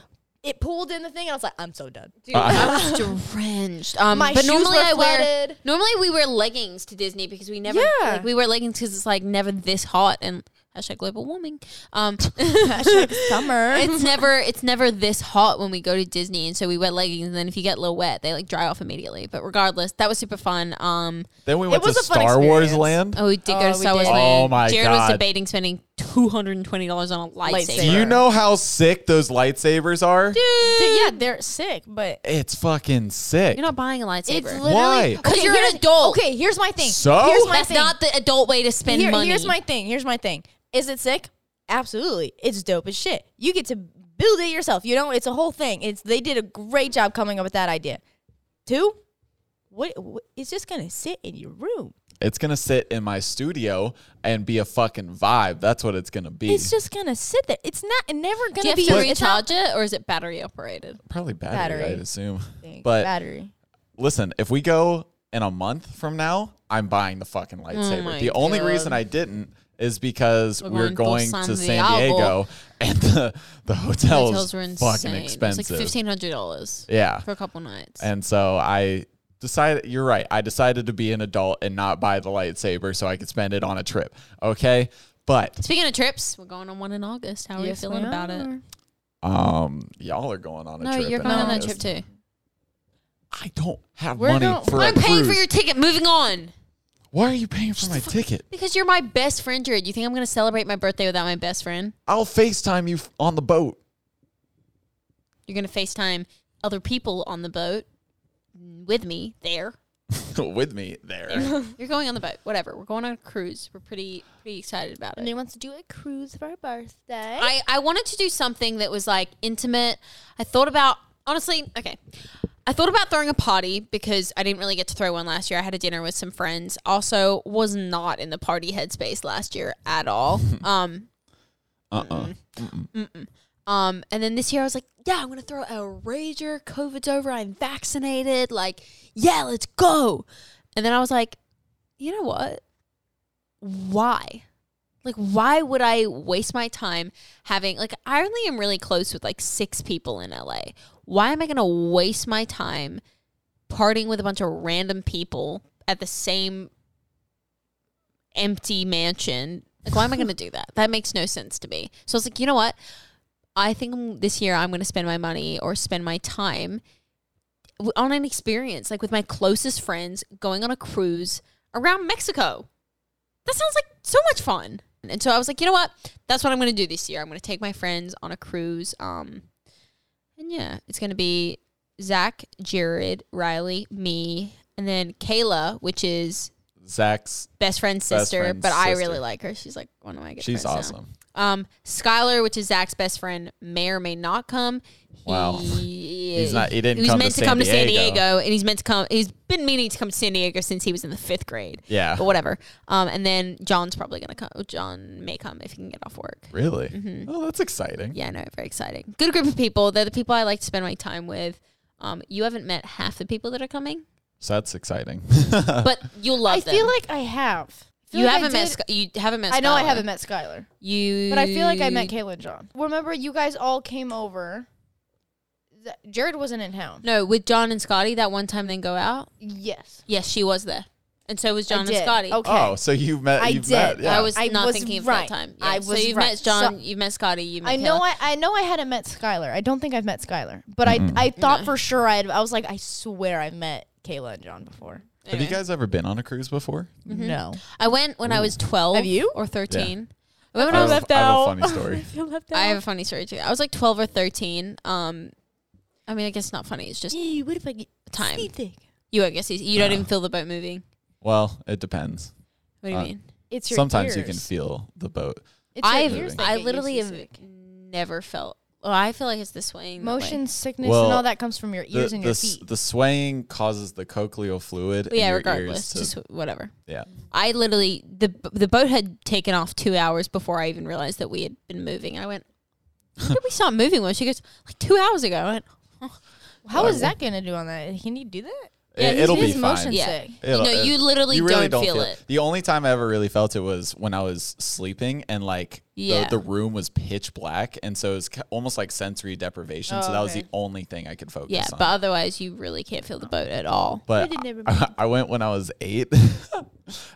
Speaker 4: it pulled in the thing, and I was like, I'm so done.
Speaker 3: Dude, I was drenched. Um,
Speaker 4: My
Speaker 3: but
Speaker 4: shoes
Speaker 3: normally
Speaker 4: were
Speaker 3: I wear
Speaker 4: flooded.
Speaker 3: normally we wear leggings to Disney because we never
Speaker 4: Yeah.
Speaker 3: like, we wear leggings because it's like never this hot and hashtag global warming. Um,
Speaker 4: Hashtag summer.
Speaker 3: it's never it's never this hot when we go to Disney, and so we wear leggings. And then if you get a little wet, they like dry off immediately. But regardless, that was super fun. Um,
Speaker 1: then we went to
Speaker 4: was a fun
Speaker 1: Star Wars
Speaker 4: experience.
Speaker 1: Land.
Speaker 3: oh, we did go
Speaker 4: Oh,
Speaker 3: to
Speaker 4: we
Speaker 3: Star Wars
Speaker 4: did.
Speaker 3: Land.
Speaker 1: Oh my
Speaker 3: Jared was
Speaker 1: God.
Speaker 3: debating spending two hundred and twenty dollars on a lightsaber.
Speaker 4: Lightsaber.
Speaker 1: Do you know how sick those lightsabers are?
Speaker 4: Dude, yeah, they're sick, but
Speaker 1: It's fucking sick.
Speaker 3: You're not buying a lightsaber.
Speaker 4: it's literally
Speaker 1: Why?
Speaker 3: 'Cause you're an
Speaker 4: here's-
Speaker 3: adult.
Speaker 4: Okay, here's my thing.
Speaker 1: So?
Speaker 4: here's my
Speaker 3: That's
Speaker 4: thing.
Speaker 3: not the adult way to spend
Speaker 4: Here-
Speaker 3: money.
Speaker 4: Here's my thing. Here's my thing. Is it sick? Absolutely. It's dope as shit. You get to build it yourself. You know, it's a whole thing. It's they did a great job coming up with that idea. Two, what, what it's just gonna sit in your room.
Speaker 1: It's gonna sit in my studio and be a fucking vibe. That's what it's gonna be.
Speaker 4: It's just gonna sit there. It's not and never
Speaker 3: Do you
Speaker 4: gonna
Speaker 3: have
Speaker 4: be
Speaker 3: to
Speaker 4: it's not-
Speaker 3: recharge it, or is it battery operated?
Speaker 1: Probably battery,
Speaker 4: Battery.
Speaker 1: I'd assume. But
Speaker 4: battery.
Speaker 1: listen, if we go in a month from now I'm buying the fucking lightsaber.
Speaker 3: Oh my
Speaker 1: the only
Speaker 3: God.
Speaker 1: reason I didn't is because we we're
Speaker 3: going
Speaker 1: going
Speaker 3: to
Speaker 1: to
Speaker 3: San
Speaker 1: San Diego
Speaker 3: Diego.
Speaker 1: and the the hotel
Speaker 3: Hotels
Speaker 1: is
Speaker 3: were insane.
Speaker 1: fucking
Speaker 3: It's
Speaker 1: expensive.
Speaker 3: like fifteen hundred dollars
Speaker 1: yeah.
Speaker 3: for a couple nights.
Speaker 1: And so I decided, you're right. I decided to be an adult and not buy the lightsaber so I could spend it on a trip. Okay. But
Speaker 3: Speaking of trips, we're going on one in August. How are you feeling about it?
Speaker 1: um, y'all are going on a
Speaker 3: No,
Speaker 1: trip.
Speaker 3: you're
Speaker 1: in
Speaker 3: going on a
Speaker 1: August.
Speaker 3: trip too.
Speaker 1: I don't have
Speaker 4: We're
Speaker 1: money
Speaker 4: go-
Speaker 1: for a
Speaker 3: I'm paying for
Speaker 1: cruise.
Speaker 3: your ticket. Moving on.
Speaker 1: Why are you paying for my ticket?
Speaker 3: Because you're my best friend, Jared. You think I'm going to celebrate my birthday without my best friend?
Speaker 1: I'll FaceTime you f- on the boat.
Speaker 3: You're going to FaceTime other people on the boat with me there.
Speaker 1: with me there.
Speaker 3: You're going on the boat. Whatever. We're going on a cruise. We're pretty pretty excited about
Speaker 4: And
Speaker 3: it.
Speaker 4: he wants to do a cruise for our birthday.
Speaker 3: I, I wanted to do something that was like intimate. I thought about honestly, okay. I thought about throwing a party because I didn't really get to throw one last year. I had a dinner with some friends. Also was not in the party headspace last year at all. um
Speaker 1: Uh-uh.
Speaker 3: Um, and then this year I was like, yeah, I'm gonna throw out a rager. COVID's over. I'm vaccinated. Like, yeah, let's go. And then I was like, you know what? Why? Like, why would I waste my time having like I only am really close with like six people in LA. Why am I gonna waste my time partying with a bunch of random people at the same empty mansion? Like, why am I gonna do that? That makes no sense to me. So I was like, you know what? I think I'm- this year I'm going to spend my money or spend my time w- on an experience like with my closest friends going on a cruise around Mexico. That sounds like so much fun. And so I was like, you know what? That's what I'm going to do this year. I'm going to take my friends on a cruise. Um, and yeah, it's going to be Zach, Jared, Riley, me, and then Kayla, which is
Speaker 1: Zach's,
Speaker 3: best friend's sister,
Speaker 1: friend's
Speaker 3: but I
Speaker 1: sister.
Speaker 3: really like her. She's like one of my good
Speaker 1: she's
Speaker 3: friends now.
Speaker 1: awesome.
Speaker 3: Um, Skylar, which is Zach's best friend, may or may not come.
Speaker 1: Wow.
Speaker 3: He,
Speaker 1: He's not- he didn't
Speaker 3: was
Speaker 1: come to
Speaker 3: meant to,
Speaker 1: San
Speaker 3: come to San
Speaker 1: Diego.
Speaker 3: Diego, and he's meant to come. He's been meaning to come to San Diego since he was in the fifth grade.
Speaker 1: Yeah.
Speaker 3: But whatever. Um, and then John's probably gonna come. oh, John may come if he can get off work.
Speaker 1: Really? Oh, that's exciting.
Speaker 3: Mm-hmm. Yeah, no, very exciting. Good group of people. They're the people I like to spend my time with. Um, you haven't met half the people that are coming,
Speaker 1: So that's exciting.
Speaker 3: but you'll love
Speaker 4: I
Speaker 3: them.
Speaker 4: feel like I have. I feel
Speaker 3: you
Speaker 4: like I
Speaker 3: haven't met.
Speaker 4: did-
Speaker 3: Sky- you haven't met.
Speaker 4: I know I
Speaker 3: Skylar. Mm.
Speaker 4: haven't met Skylar,
Speaker 3: you.
Speaker 4: but I feel like I met Kayla and John. Remember, you guys all came over. Th- Jared wasn't in town.
Speaker 3: No, with John and Scotty that one time they go out.
Speaker 4: Yes.
Speaker 3: Yes, she was there. And so was
Speaker 4: I
Speaker 3: John and
Speaker 4: did.
Speaker 3: Scotty.
Speaker 4: Okay.
Speaker 1: Oh, so you've met.
Speaker 4: I
Speaker 1: you've
Speaker 4: did.
Speaker 1: Met, yeah.
Speaker 3: I was
Speaker 4: I
Speaker 3: not
Speaker 4: was
Speaker 3: thinking of
Speaker 4: right.
Speaker 3: that time.
Speaker 4: I
Speaker 3: so
Speaker 4: was
Speaker 3: you've
Speaker 4: right.
Speaker 3: met John,
Speaker 4: So-
Speaker 3: you've met Scotty, you met
Speaker 4: I know
Speaker 3: Kayla.
Speaker 4: I, I know I hadn't met Skylar. I don't think I've met Skylar, but I I thought for sure I had, I was like I swear I met Kayla and John before.
Speaker 1: Have you guys ever been on a cruise before?
Speaker 3: Mm-hmm.
Speaker 4: No,
Speaker 3: I went when I was 12
Speaker 4: Have you?
Speaker 3: or 13. I went when I
Speaker 1: I
Speaker 3: was
Speaker 1: have, I have a funny story.
Speaker 3: I have a funny story too. I was like 12 or 13. Um I mean, I guess not funny. It's just
Speaker 4: what if I get
Speaker 3: time.
Speaker 4: anything?
Speaker 3: You, I guess, you don't even feel the boat moving.
Speaker 1: well, it depends.
Speaker 3: What do you
Speaker 1: Uh,
Speaker 3: mean?
Speaker 4: It's your
Speaker 1: Sometimes you
Speaker 4: ears.
Speaker 1: can feel the boat.
Speaker 4: It's your
Speaker 3: I've,
Speaker 4: ears that
Speaker 3: I
Speaker 4: get you
Speaker 3: literally have
Speaker 4: seasick.
Speaker 3: never felt. Well, I feel like it's this way. and that way.
Speaker 4: motion sickness
Speaker 1: Well,
Speaker 4: and all that comes from your
Speaker 1: The,
Speaker 4: ears and
Speaker 1: the,
Speaker 4: your
Speaker 1: s-
Speaker 4: feet.
Speaker 1: the swaying causes the cochlear fluid.
Speaker 3: But yeah,
Speaker 1: in your
Speaker 3: regardless,
Speaker 1: Ears
Speaker 3: just
Speaker 1: to,
Speaker 3: whatever.
Speaker 1: yeah.
Speaker 3: I literally the the boat had taken off two hours before I even realized that we had been moving. I went, when did we stop moving? When she goes, like two hours ago. I went,
Speaker 4: How is that gonna do on that? Can you do that?
Speaker 3: Yeah,
Speaker 1: it, will
Speaker 4: It
Speaker 1: be
Speaker 4: is
Speaker 1: fine.
Speaker 4: motion
Speaker 3: Yeah.
Speaker 4: sick.
Speaker 1: It'll-
Speaker 3: no, you literally don't, feel, it.
Speaker 1: The only time I ever really felt it was when I was sleeping and like
Speaker 3: Yeah.
Speaker 1: the, the room was pitch black. And so it was ca- almost like sensory deprivation. so
Speaker 4: Oh,
Speaker 1: that was
Speaker 4: okay.
Speaker 1: the only thing I could focus
Speaker 3: Yeah,
Speaker 1: on.
Speaker 3: but otherwise you really can't feel the boat at all.
Speaker 1: but
Speaker 4: didn't
Speaker 1: I-
Speaker 4: ever
Speaker 1: I, I went when I was eight.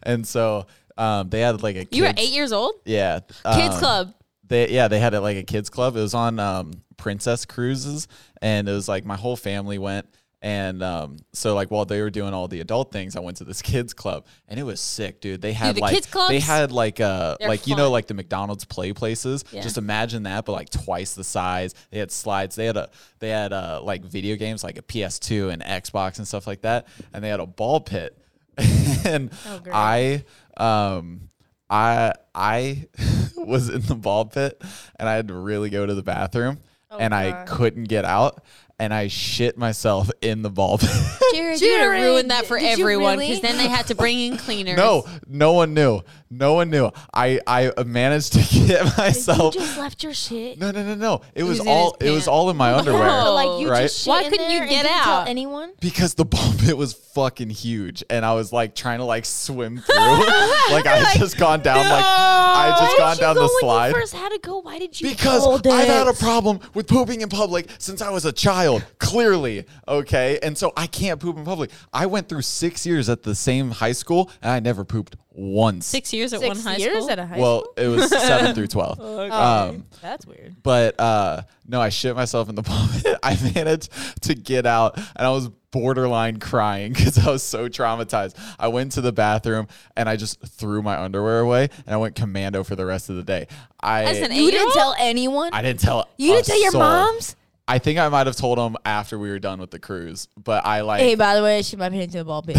Speaker 1: and so um, they had like a kids,
Speaker 3: you were eight years old.
Speaker 1: Yeah.
Speaker 3: Kids
Speaker 1: um,
Speaker 3: club.
Speaker 1: they yeah they had it like a kids club it was on um princess cruises and it was like my whole family went and um so like while they were doing all the adult things i went to this kids club and it was sick dude they had
Speaker 3: the
Speaker 1: like
Speaker 3: kids clubs,
Speaker 1: they had like uh
Speaker 3: they're
Speaker 1: like you know
Speaker 3: fun.
Speaker 1: like the mcdonald's play places
Speaker 3: Yeah.
Speaker 1: just imagine that but like twice the size they had slides they had a they had uh like video games like a ps2 and xbox and stuff like that and they had a ball pit and
Speaker 4: great.
Speaker 1: I um I I was in the ball pit and I had to really go to the bathroom and I
Speaker 4: God.
Speaker 1: couldn't get out and I shit myself in the ball pit.
Speaker 3: Jared, you would have ruined that for
Speaker 4: Jared, did you
Speaker 3: everyone
Speaker 4: really?
Speaker 3: because then they had to bring in cleaners.
Speaker 1: no, no one knew. No one knew. I I managed to get myself.
Speaker 5: you just left your shit.
Speaker 1: No, no, no, no. It was
Speaker 3: was in his
Speaker 1: all it was
Speaker 3: pants.
Speaker 1: all in my underwear.
Speaker 5: But,
Speaker 4: Oh.
Speaker 5: like you
Speaker 1: Right?
Speaker 5: just shit
Speaker 3: Why
Speaker 5: in
Speaker 3: couldn't you
Speaker 5: there and
Speaker 3: get
Speaker 5: didn't tell
Speaker 3: out?
Speaker 5: anyone?
Speaker 1: Because the bomb pit was fucking huge, and I was like trying to like swim through, like I had just gone down, like I
Speaker 5: Why
Speaker 1: had just
Speaker 5: did
Speaker 1: gone
Speaker 5: you go
Speaker 1: down the
Speaker 5: when you
Speaker 1: slide.
Speaker 5: first had to go. Why did you?
Speaker 1: Because
Speaker 5: hold
Speaker 1: I've had a
Speaker 5: it?
Speaker 1: problem with pooping in public since I was a child, clearly. Okay. And so I can't poop in public. I went through six years at the same high school and I never pooped once.
Speaker 2: Six years at one
Speaker 4: Six
Speaker 2: high
Speaker 4: years
Speaker 2: school.
Speaker 4: at a high Oh,
Speaker 1: well, it was seven through 12. Um,
Speaker 4: That's weird.
Speaker 1: but uh, no, I shit myself in the vomit. I managed to get out and I was borderline crying because I was so traumatized. I went to the bathroom and I just threw my underwear away and I went commando for the rest of the day. I,
Speaker 3: As an
Speaker 4: You didn't
Speaker 3: eight-year-old?
Speaker 4: tell anyone.
Speaker 1: I didn't tell
Speaker 4: you
Speaker 1: a
Speaker 4: didn't tell your
Speaker 1: soul.
Speaker 4: moms.
Speaker 1: I think I might have told him after we were done with the cruise, but I like,
Speaker 4: Hey, by the way, she might be into the ball pit.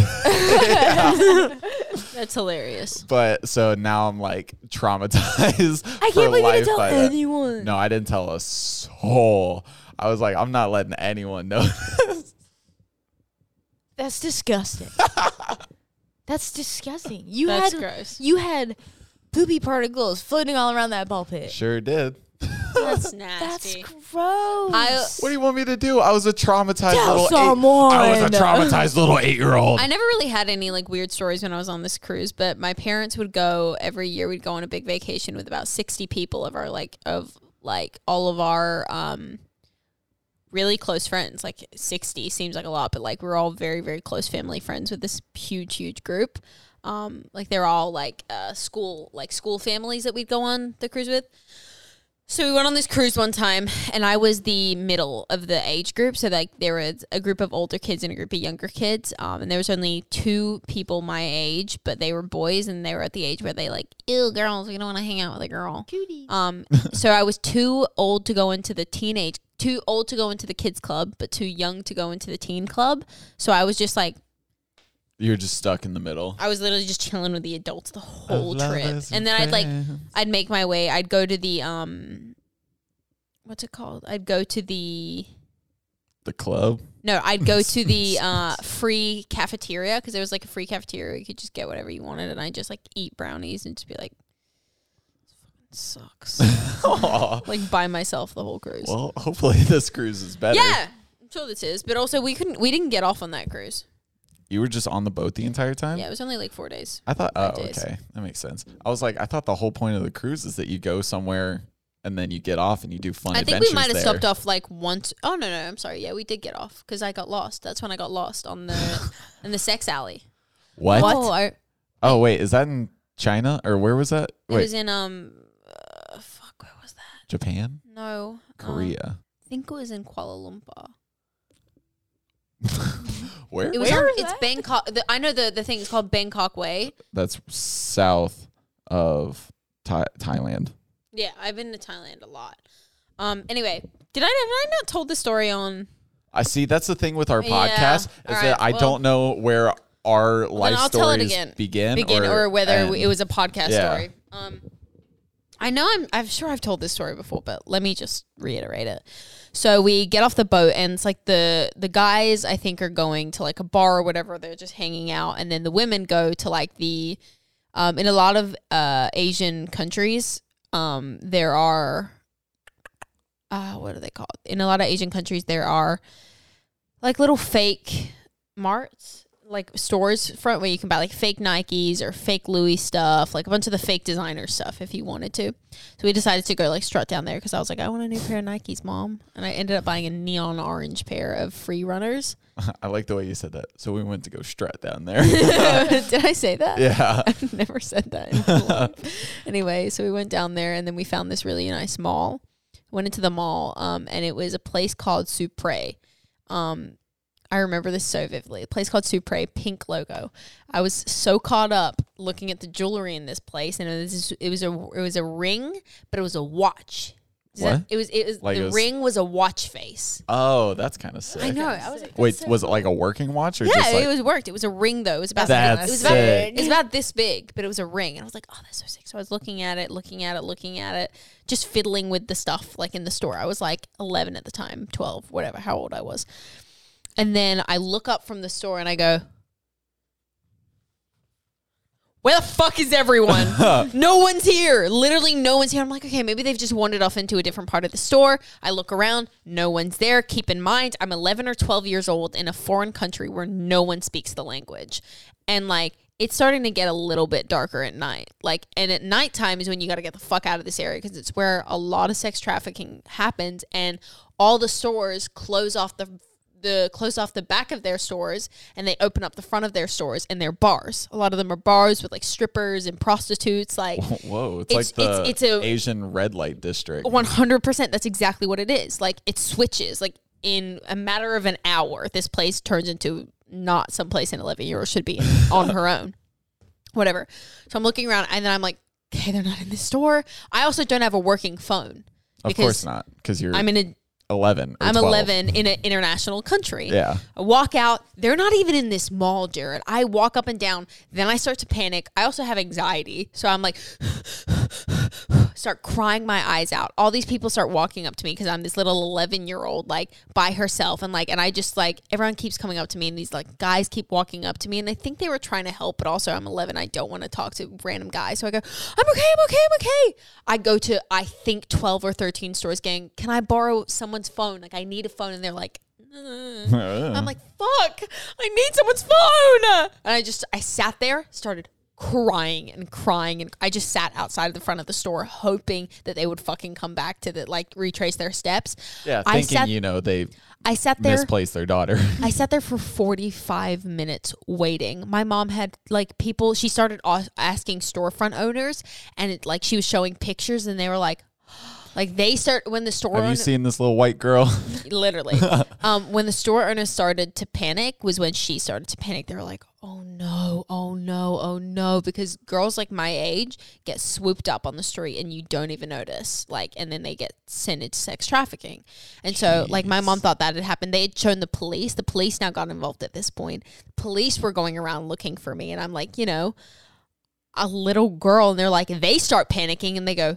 Speaker 3: That's hilarious.
Speaker 1: but so now I'm like traumatized.
Speaker 4: I
Speaker 1: for
Speaker 4: can't believe you
Speaker 1: life
Speaker 4: didn't tell
Speaker 1: by that.
Speaker 4: anyone.
Speaker 1: No, I didn't tell a soul. I was like, I'm not letting anyone know.
Speaker 5: That's disgusting.
Speaker 4: That's disgusting. You
Speaker 2: That's
Speaker 4: had
Speaker 2: gross.
Speaker 4: you had poopy particles floating all around that ball pit.
Speaker 1: sure did.
Speaker 3: That's
Speaker 4: That's
Speaker 3: nasty.
Speaker 4: gross.
Speaker 3: I
Speaker 1: What do you want me to do? I was a traumatized
Speaker 4: Tell
Speaker 1: little.
Speaker 4: someone.
Speaker 1: I was a traumatized little eight-year-old.
Speaker 3: I never really had any like weird stories when I was on this cruise, but my parents would go every year. We'd go on a big vacation with about sixty people of our like of like all of our um really close friends. Like sixty seems like a lot, but like we're all very very close family friends with this huge huge group. Um, like they're all like uh, school like school families that we'd go on the cruise with. So we went on this cruise one time, and I was the middle of the age group. So like there was a group of older kids and a group of younger kids, um, and there was only two people my age, but they were boys, and they were at the age where they like, ew, girls, we don't want to hang out with a girl. Um, so I was too old to go into the teenage, too old to go into the kids club, but too young to go into the teen club. So I was just like,
Speaker 1: You're just stuck in the middle.
Speaker 3: I was literally just chilling with the adults the whole
Speaker 1: Of
Speaker 3: trip,
Speaker 1: lovers
Speaker 3: and then I'd like
Speaker 1: friends.
Speaker 3: I'd make my way. I'd go to the um, what's it called? I'd go to the
Speaker 1: the club.
Speaker 3: no, I'd go to the uh, free cafeteria because there was like a free cafeteria. where You could just get whatever you wanted, and I just like eat brownies and just be like, this fucking sucks.
Speaker 1: Aw.
Speaker 3: like by myself the whole cruise.
Speaker 1: well, hopefully this cruise is better.
Speaker 3: yeah, I'm sure this is. But also, we couldn't. We didn't get off on that cruise.
Speaker 1: You were just on the boat the entire time.
Speaker 3: Yeah, it was only like four days.
Speaker 1: I thought, oh,
Speaker 3: five days.
Speaker 1: okay, that makes sense. I was like, I thought the whole point of the cruise is that you go somewhere and then you get off and you do fun.
Speaker 3: I think we
Speaker 1: adventures
Speaker 3: might have
Speaker 1: there.
Speaker 3: stopped off like once. Oh no, no, I'm sorry. Yeah, we did get off because I got lost. That's when I got lost on the in the sex alley.
Speaker 1: What?
Speaker 3: Oh, I, it
Speaker 1: Oh wait, is that in China or where was that? Wait,
Speaker 3: was in um, uh, fuck, where was that?
Speaker 1: Japan,
Speaker 3: No, um,
Speaker 1: Korea.
Speaker 3: I think it was in Kuala Lumpur.
Speaker 1: where?
Speaker 3: It was.
Speaker 4: Where
Speaker 3: on,
Speaker 4: is
Speaker 3: it's
Speaker 4: that?
Speaker 3: Bangkok. The, I know the the thing is called Bangkok Way.
Speaker 1: That's south of Thai- Thailand.
Speaker 3: Yeah, I've been to Thailand a lot. Um, anyway, did I have I not told the story on?
Speaker 1: I see. That's the thing with our
Speaker 3: Yeah,
Speaker 1: podcast is
Speaker 3: all
Speaker 1: that
Speaker 3: right,
Speaker 1: I
Speaker 3: well-
Speaker 1: don't know where our life
Speaker 3: I'll tell it
Speaker 1: stories
Speaker 3: again.
Speaker 1: begin,
Speaker 3: begin or, whether
Speaker 1: end.
Speaker 3: it was a podcast
Speaker 1: Yeah.
Speaker 3: story. Um, I know I'm. I'm sure I've told this story before, but let me just reiterate it. So we get off the boat, and it's like the the guys I think are going to like a bar or whatever. They're just hanging out, and then the women go to like the. Um, in a lot of uh, Asian countries, um, there are. Uh, what are they called? In a lot of Asian countries, there are like little fake marts like stores front where you can buy like fake Nikes or fake Louis stuff, like a bunch of the fake designer stuff if you wanted to. So we decided to go like strut down there because I was like, I want a new pair of Nikes, mom, and I ended up buying a neon orange pair of Free Runners.
Speaker 1: I like the way you said that. So we went to go strut down there.
Speaker 3: Did I say that?
Speaker 1: yeah.
Speaker 3: I've never said that. In my life. anyway, so we went down there and then we found this really nice mall. Went into the mall, um, and it was a place called Supre. Um, I remember this so vividly. A place called Supre, pink logo. I was so caught up looking at the jewelry in this place, and it was it was a it was a ring, but it was a watch. Is that-
Speaker 1: What?
Speaker 3: It was it was
Speaker 1: Like
Speaker 3: the
Speaker 1: it was-
Speaker 3: ring was a watch face.
Speaker 1: Oh, that's kind of sick.
Speaker 3: I know. I was like,
Speaker 1: Wait, was it like a working watch or
Speaker 3: yeah,
Speaker 1: just like
Speaker 3: it was worked. It was a ring though. It was about
Speaker 1: That's
Speaker 3: it was about
Speaker 1: sick.
Speaker 3: it was about this big, but it was a ring. And I was like, oh, that's so sick. So I was looking at it, looking at it, looking at it, just fiddling with the stuff like in the store. I was like 11 at the time, 12, whatever, how old I was. And then I look up from the store and I go, Where the fuck is everyone? no one's here. Literally, no one's here. I'm like, okay, maybe they've just wandered off into a different part of the store. I look around, no one's there. Keep in mind, I'm 11 or 12 years old in a foreign country where no one speaks the language. And like, it's starting to get a little bit darker at night. Like, and at nighttime is when you got to get the fuck out of this area because it's where a lot of sex trafficking happens, and all the stores close off the the close off the back of their stores and they open up the front of their stores and their bars. A lot of them are bars with like strippers and prostitutes. Like,
Speaker 1: Whoa, it's,
Speaker 3: It's-
Speaker 1: like the
Speaker 3: it's- it's a-
Speaker 1: Asian red light district.
Speaker 3: one hundred percent. That's exactly what it is. Like it switches. Like in a matter of an hour, this place turns into not someplace an eleven year old should be in on her own. Whatever. So I'm looking around, and then I'm like, okay, they're not in this store. I also don't have a working phone.
Speaker 1: Of course not, because you're
Speaker 3: I'm in a
Speaker 1: 11. or
Speaker 3: I'm
Speaker 1: 12.
Speaker 3: 11 in an international country.
Speaker 1: Yeah.
Speaker 3: I walk out. They're not even in this mall, Jared. I walk up and down. Then I start to panic. I also have anxiety. So I'm like, start crying my eyes out. All these people start walking up to me because I'm this little 11 year old, like by herself. And like, and I just like, everyone keeps coming up to me and these like guys keep walking up to me. And I think they were trying to help, but also I'm 11. I don't want to talk to random guys. So I go, I'm okay. I'm okay. I'm okay. I go to, I think 12 or 13 stores gang. Can I borrow someone's phone? Like I need a phone. And they're like, "Uh."
Speaker 1: Oh.
Speaker 3: I'm like, fuck, I need someone's phone. And I just, I sat there, started crying and crying. And I just sat outside of the front of the store, hoping that they would fucking come back to the, like, retrace their steps.
Speaker 1: Yeah,
Speaker 3: I
Speaker 1: thinking
Speaker 3: sat,
Speaker 1: you know they
Speaker 3: I sat there.
Speaker 1: misplaced their daughter.
Speaker 3: I sat there for 45 minutes waiting. My mom had like people, she started a- asking storefront owners and it, like she was showing pictures and they were like, like they start when the store
Speaker 1: Have you
Speaker 3: owner-
Speaker 1: seen this little white girl?
Speaker 3: literally um, when the store owner started to panic was when she started to panic they were like oh no oh no oh no because girls like my age get swooped up on the street and you don't even notice like and then they get sent into sex trafficking and so like my mom thought that had happened they had shown the police the police now got involved at this point police were going around looking for me and i'm like you know a little girl and they're like they start panicking and they go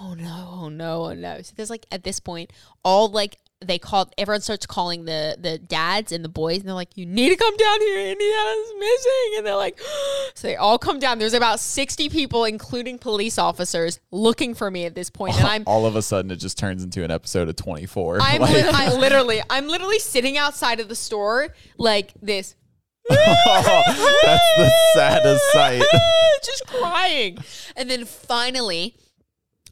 Speaker 3: oh no oh no oh no so there's like at this point all like they called everyone starts calling the the dads and the boys and they're like you need to come down here indiana's missing and they're like so they all come down there's about 60 people including police officers looking for me at this point and i'm
Speaker 1: All of a sudden, it just turns into an episode of 24.
Speaker 3: I'm
Speaker 1: Like,
Speaker 3: li- I literally, I'm literally sitting outside of the store like this,
Speaker 1: oh, that's the saddest sight.
Speaker 3: just crying. And then finally,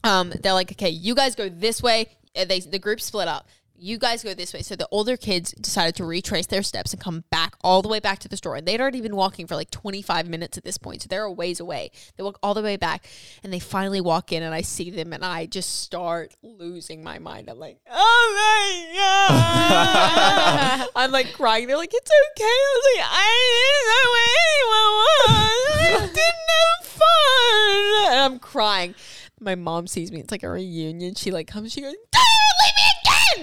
Speaker 3: um, they're like, okay, you guys go this way. And they the group split up. You guys go this way. So the older kids decided to retrace their steps and come back all the way back to the store. And they'd already been walking for like 25 minutes at this point. So they're a ways away. They walk all the way back and they finally walk in and I see them and I just start losing my mind. I'm like, oh my God. I'm like crying. They're like, it's okay. I was like, I didn't know anyone was. I didn't have fun. And I'm crying. My mom sees me. It's like a reunion. She like comes. She goes, "Don't ever leave me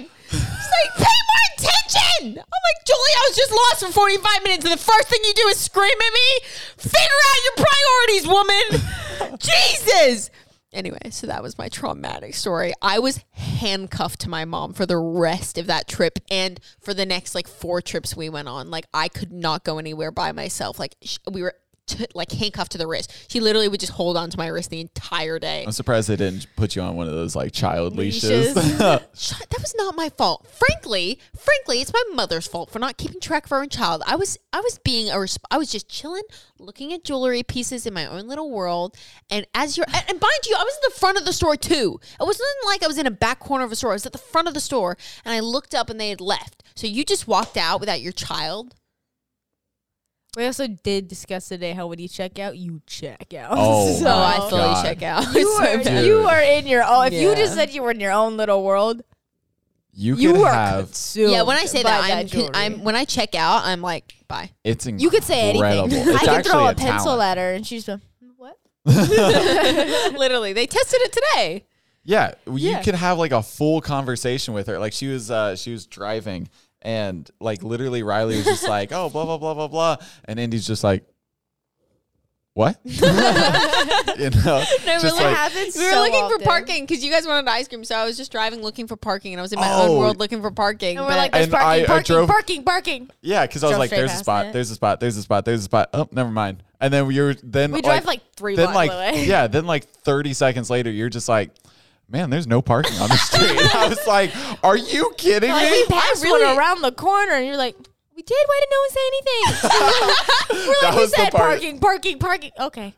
Speaker 3: again." She's like, "Pay more attention." I'm like, "Julie, I was just lost for 45 minutes, and the first thing you do is scream at me. Figure out your priorities, woman." Jesus. Anyway, so that was my traumatic story. I was handcuffed to my mom for the rest of that trip and for the next like four trips we went on. Like I could not go anywhere by myself. Like sh- we were t- like handcuffed to the wrist. She literally would just hold on to my wrist the entire day.
Speaker 1: I'm surprised they didn't put you on one of those like child leashes.
Speaker 3: Shut, that was not my fault. Frankly, frankly, it's my mother's fault for not keeping track of our own child. I was I was being a resp- I was just chilling, looking at jewelry pieces in my own little world. And as you're and, and mind you, I was at the front of the store too. It wasn't like I was in a back corner of a store. I was at the front of the store, and I looked up and they had left. So you just walked out without your child.
Speaker 4: We also did discuss today how when you check out, you check out.
Speaker 1: Oh,
Speaker 4: so
Speaker 1: my
Speaker 3: Oh, I fully
Speaker 1: God.
Speaker 3: check out.
Speaker 4: you
Speaker 3: So
Speaker 4: are
Speaker 3: bad.
Speaker 4: you are in your own. If you just
Speaker 3: Yeah.
Speaker 4: said you were in your own little world,
Speaker 1: You
Speaker 4: you
Speaker 1: could
Speaker 4: were
Speaker 1: have.
Speaker 4: consumed.
Speaker 3: yeah, when I say that,
Speaker 4: by
Speaker 3: I'm,
Speaker 4: jewelry.
Speaker 3: I'm when I check out, I'm like, bye.
Speaker 1: It's incredible.
Speaker 4: you could say anything.
Speaker 1: It's
Speaker 4: I could
Speaker 1: actually
Speaker 4: throw a,
Speaker 1: a
Speaker 4: pencil
Speaker 1: talent.
Speaker 4: at her, and she's like, "What?"
Speaker 3: Literally, they tested it today.
Speaker 1: Yeah, you
Speaker 4: Yeah.
Speaker 1: could have like a full conversation with her. Like she was, uh, she was driving, and like literally Riley was just like, "Oh, blah blah blah blah blah," and Indy's just like, what? you know, just
Speaker 3: really
Speaker 1: like,
Speaker 4: happens.
Speaker 3: We were looking for parking because you guys wanted ice cream, so I was just driving looking for parking, and I was in my
Speaker 1: Oh.
Speaker 3: own world looking for parking.
Speaker 4: And
Speaker 3: but
Speaker 4: we're like,
Speaker 3: I-
Speaker 4: there's
Speaker 1: And
Speaker 4: parking,
Speaker 1: I- I
Speaker 4: parking,
Speaker 1: drove-
Speaker 4: parking, parking.
Speaker 1: yeah, because I was
Speaker 4: Drove
Speaker 1: like,
Speaker 4: straight
Speaker 1: there's a
Speaker 4: past
Speaker 1: spot,
Speaker 4: it.
Speaker 1: there's a spot, there's a spot, there's a spot. Oh, never mind. And then we were then
Speaker 4: We drive like three
Speaker 1: then
Speaker 4: blocks
Speaker 1: like
Speaker 4: away.
Speaker 1: yeah, then like 30 seconds later, you're just like, man, there's no parking on the street. I was like, are you kidding
Speaker 4: Like
Speaker 1: me?
Speaker 4: we passed one around the corner, and you're like, we did. Why did no one say anything? we're
Speaker 1: That
Speaker 4: like, we
Speaker 1: was the
Speaker 4: said
Speaker 1: part-
Speaker 4: parking, parking, parking. Okay,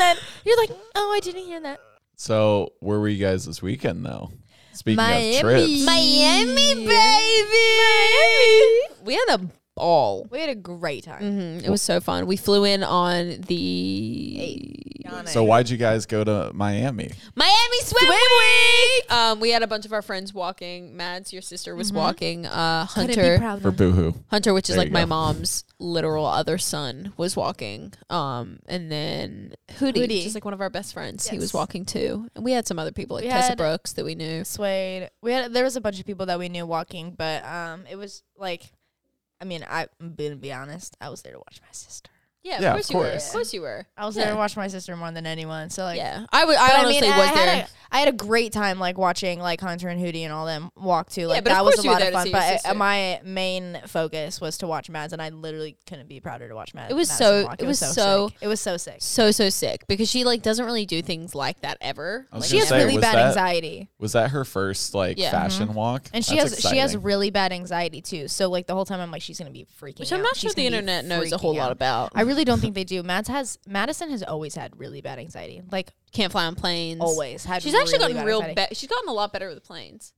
Speaker 4: then you're like, oh, I didn't hear that.
Speaker 1: So where were you guys this weekend though? Speaking of trips,
Speaker 3: Miami, baby. Miami. We had a ball.
Speaker 4: We had a great time.
Speaker 3: Mhm, It was so fun. We flew in on the
Speaker 1: so why'd you guys go to Miami?
Speaker 3: Miami Swim, Week. Um, we had a bunch of our friends walking. Mads, your sister, was walking. Uh, Hunter,
Speaker 1: For boohoo.
Speaker 3: Hunter, which is
Speaker 1: There
Speaker 3: like
Speaker 1: you
Speaker 3: my
Speaker 1: go.
Speaker 3: mom's literal other son, was walking. Um, and then Hootie,
Speaker 4: Hootie.
Speaker 3: which is like one of our best friends, he was
Speaker 4: Yes.
Speaker 3: walking too. And we had some other people, like
Speaker 4: We
Speaker 3: Tessa
Speaker 4: had-
Speaker 3: Brooks, that we knew.
Speaker 4: Swayed. We had there was a bunch of people that we knew walking, but um, it was like, I mean, I- I'm gonna be honest, I was there to watch my sister.
Speaker 3: Yeah,
Speaker 1: of Yeah, of course you were. course.
Speaker 3: Of course you were.
Speaker 4: I was there to watch my sister more than anyone. So like,
Speaker 3: yeah, I would. I
Speaker 4: But
Speaker 3: honestly
Speaker 4: I
Speaker 3: was
Speaker 4: had
Speaker 3: there.
Speaker 4: A, I had a great time like watching like Hunter and Hootie and all them walk too. Like
Speaker 3: but of
Speaker 4: that was
Speaker 3: course
Speaker 4: a
Speaker 3: you were
Speaker 4: lot
Speaker 3: there
Speaker 4: of
Speaker 3: to see
Speaker 4: fun.
Speaker 3: your
Speaker 4: But uh,
Speaker 3: sister.
Speaker 4: my main focus was to watch Mads, and I literally couldn't be prouder to watch Mads.
Speaker 3: It was
Speaker 4: Madison
Speaker 3: so-
Speaker 4: walk.
Speaker 3: it was so-
Speaker 4: sick. it was so sick.
Speaker 3: so so sick because she like doesn't really do things like that ever.
Speaker 1: I was gonna
Speaker 3: Like,
Speaker 4: She
Speaker 1: You
Speaker 4: has
Speaker 1: say,
Speaker 4: really
Speaker 1: was
Speaker 4: bad
Speaker 1: that-
Speaker 4: anxiety,
Speaker 1: Was that her first like
Speaker 3: Yeah.
Speaker 1: fashion walk?
Speaker 4: Mm-hmm. and she
Speaker 1: That's
Speaker 4: has she has
Speaker 1: exciting.
Speaker 4: really bad anxiety too. So like the whole time I'm like, she's gonna be freaking.
Speaker 3: which I'm
Speaker 4: out.
Speaker 3: not
Speaker 4: She's
Speaker 3: sure the
Speaker 4: gonna be
Speaker 3: internet knows a whole
Speaker 4: freaking
Speaker 3: lot
Speaker 4: out.
Speaker 3: about.
Speaker 4: I really don't think they do. Mads has Madison has always had really bad anxiety. Like
Speaker 3: can't fly on planes.
Speaker 4: always had.
Speaker 3: She's actually
Speaker 4: really
Speaker 3: gotten
Speaker 4: bad
Speaker 3: real. Be- she's gotten a lot better with planes.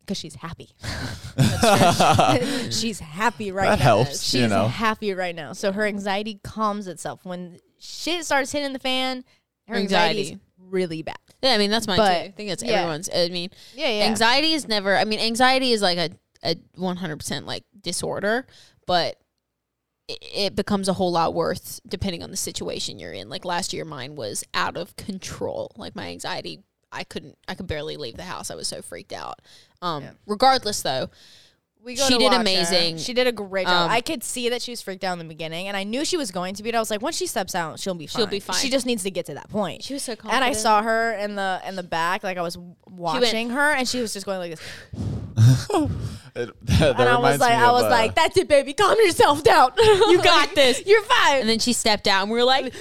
Speaker 4: because she's happy.
Speaker 1: that
Speaker 4: she's happy right now.
Speaker 1: Uh, helps,
Speaker 4: She's
Speaker 1: you know.
Speaker 4: happy right now. So her anxiety calms itself. When shit starts hitting the fan, her
Speaker 3: Anxiety.
Speaker 4: anxiety, is really bad.
Speaker 3: Yeah, I mean that's mine
Speaker 4: But,
Speaker 3: too. I think that's
Speaker 4: yeah.
Speaker 3: everyone's. I mean,
Speaker 4: Yeah, yeah.
Speaker 3: anxiety is never. I mean, anxiety is like a a 100 percent like disorder, but it, it becomes a whole lot worse depending on the situation you're in. Like last year, mine was out of control. Like my anxiety, I couldn't. I could barely leave the house. I was so freaked out. Um, regardless though,
Speaker 4: we
Speaker 3: she did
Speaker 4: watch her.
Speaker 3: amazing.
Speaker 4: She did a great job.
Speaker 3: Um,
Speaker 4: I could see that she was freaked out in the beginning, and I knew she was going to be. But I was like, once she steps out, she'll be fine.
Speaker 3: She'll be fine.
Speaker 4: She just needs to get to that point.
Speaker 3: she was so confident.
Speaker 4: and I saw her in the in the back, like I was watching her, and she was just going like this.
Speaker 1: that
Speaker 4: and I was
Speaker 1: reminds
Speaker 4: like,
Speaker 1: me
Speaker 4: I
Speaker 1: of,
Speaker 4: was
Speaker 1: uh,
Speaker 4: like, that's it, baby, calm yourself down. You
Speaker 3: got this.
Speaker 4: You're fine.
Speaker 3: And then she stepped out, and we were like,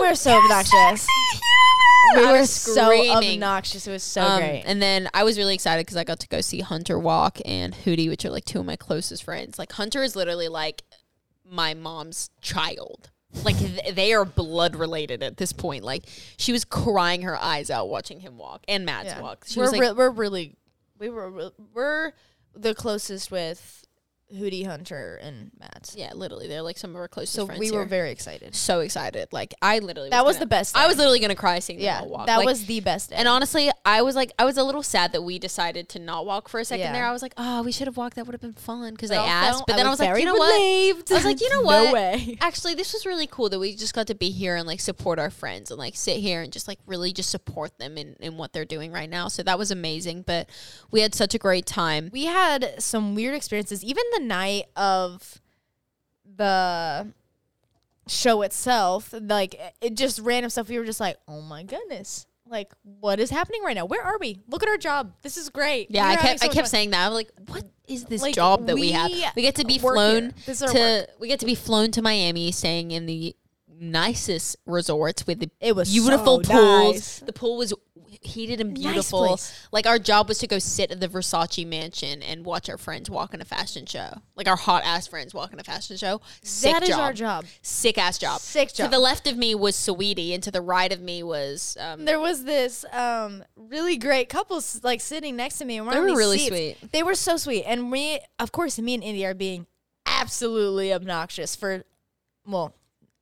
Speaker 4: We're so obnoxious. We
Speaker 3: I
Speaker 4: were
Speaker 3: was
Speaker 4: so
Speaker 3: screaming.
Speaker 4: obnoxious. It was so
Speaker 3: um,
Speaker 4: great.
Speaker 3: and then I was really excited because I got to go see Hunter Walk and Hootie, which are like two of my closest friends. Like Hunter is literally like my mom's child. Like th- they are blood related at this point. Like she was crying her eyes out watching him walk and Matt's
Speaker 4: Yeah.
Speaker 3: walk. She
Speaker 4: we're
Speaker 3: was like,
Speaker 4: re- we're really we were re- we're the closest with Hootie Hunter and Matt.
Speaker 3: yeah, literally, they're like some of our closest
Speaker 4: so
Speaker 3: friends.
Speaker 4: we were
Speaker 3: here.
Speaker 4: very excited.
Speaker 3: so excited. Like I literally
Speaker 4: That was the
Speaker 3: gonna-
Speaker 4: best
Speaker 3: I was
Speaker 4: thing.
Speaker 3: literally gonna cry seeing them
Speaker 4: Yeah,
Speaker 3: all walk.
Speaker 4: that
Speaker 3: Like,
Speaker 4: was the best. day.
Speaker 3: And honestly, I was like, I was a little sad that we decided to not walk for a second
Speaker 4: Yeah.
Speaker 3: there. I was like, oh, we should have walked. That would have been fun because they
Speaker 4: But also,
Speaker 3: asked. But then I was like,
Speaker 4: very
Speaker 3: you know what?
Speaker 4: relieved.
Speaker 3: I was like, you know
Speaker 4: No
Speaker 3: what?
Speaker 4: way.
Speaker 3: Actually, this was really cool that we just got to be here and like support our friends and like sit here and just like really just support them in, in what they're doing right now. So that was amazing. But we had such a great time.
Speaker 4: We had some weird experiences. Even the night of the show itself, like it just random stuff. We were just like, oh my goodness. Like what is happening right now? Where are we? Look at our job. This is great.
Speaker 3: Yeah,
Speaker 4: We're
Speaker 3: I
Speaker 4: having
Speaker 3: kept
Speaker 4: so
Speaker 3: I
Speaker 4: much
Speaker 3: kept
Speaker 4: fun.
Speaker 3: saying that. I'm like, what is this
Speaker 4: Like,
Speaker 3: job that we, have?
Speaker 4: we
Speaker 3: We get to be
Speaker 4: work
Speaker 3: flown
Speaker 4: here. This is our
Speaker 3: to we get to be flown to Miami, staying in the nicest resorts with the
Speaker 4: It was
Speaker 3: beautiful
Speaker 4: so
Speaker 3: pools.
Speaker 4: nice.
Speaker 3: The pool was heated and beautiful.
Speaker 4: place.
Speaker 3: like our job was to go sit at the Versace mansion and watch our friends walk in a fashion show. Like our hot ass friends walk in a fashion show. Sick
Speaker 4: That is our job.
Speaker 3: Sick ass job.
Speaker 4: Sick
Speaker 3: To
Speaker 4: job.
Speaker 3: the left of me was Sweetie, and to the right of me was um,
Speaker 4: there was this um, really great couple s- like sitting next to me. And
Speaker 3: They were
Speaker 4: these
Speaker 3: really
Speaker 4: seats.
Speaker 3: sweet.
Speaker 4: They were so sweet, and we, of course, me and Indy are being absolutely obnoxious for, well,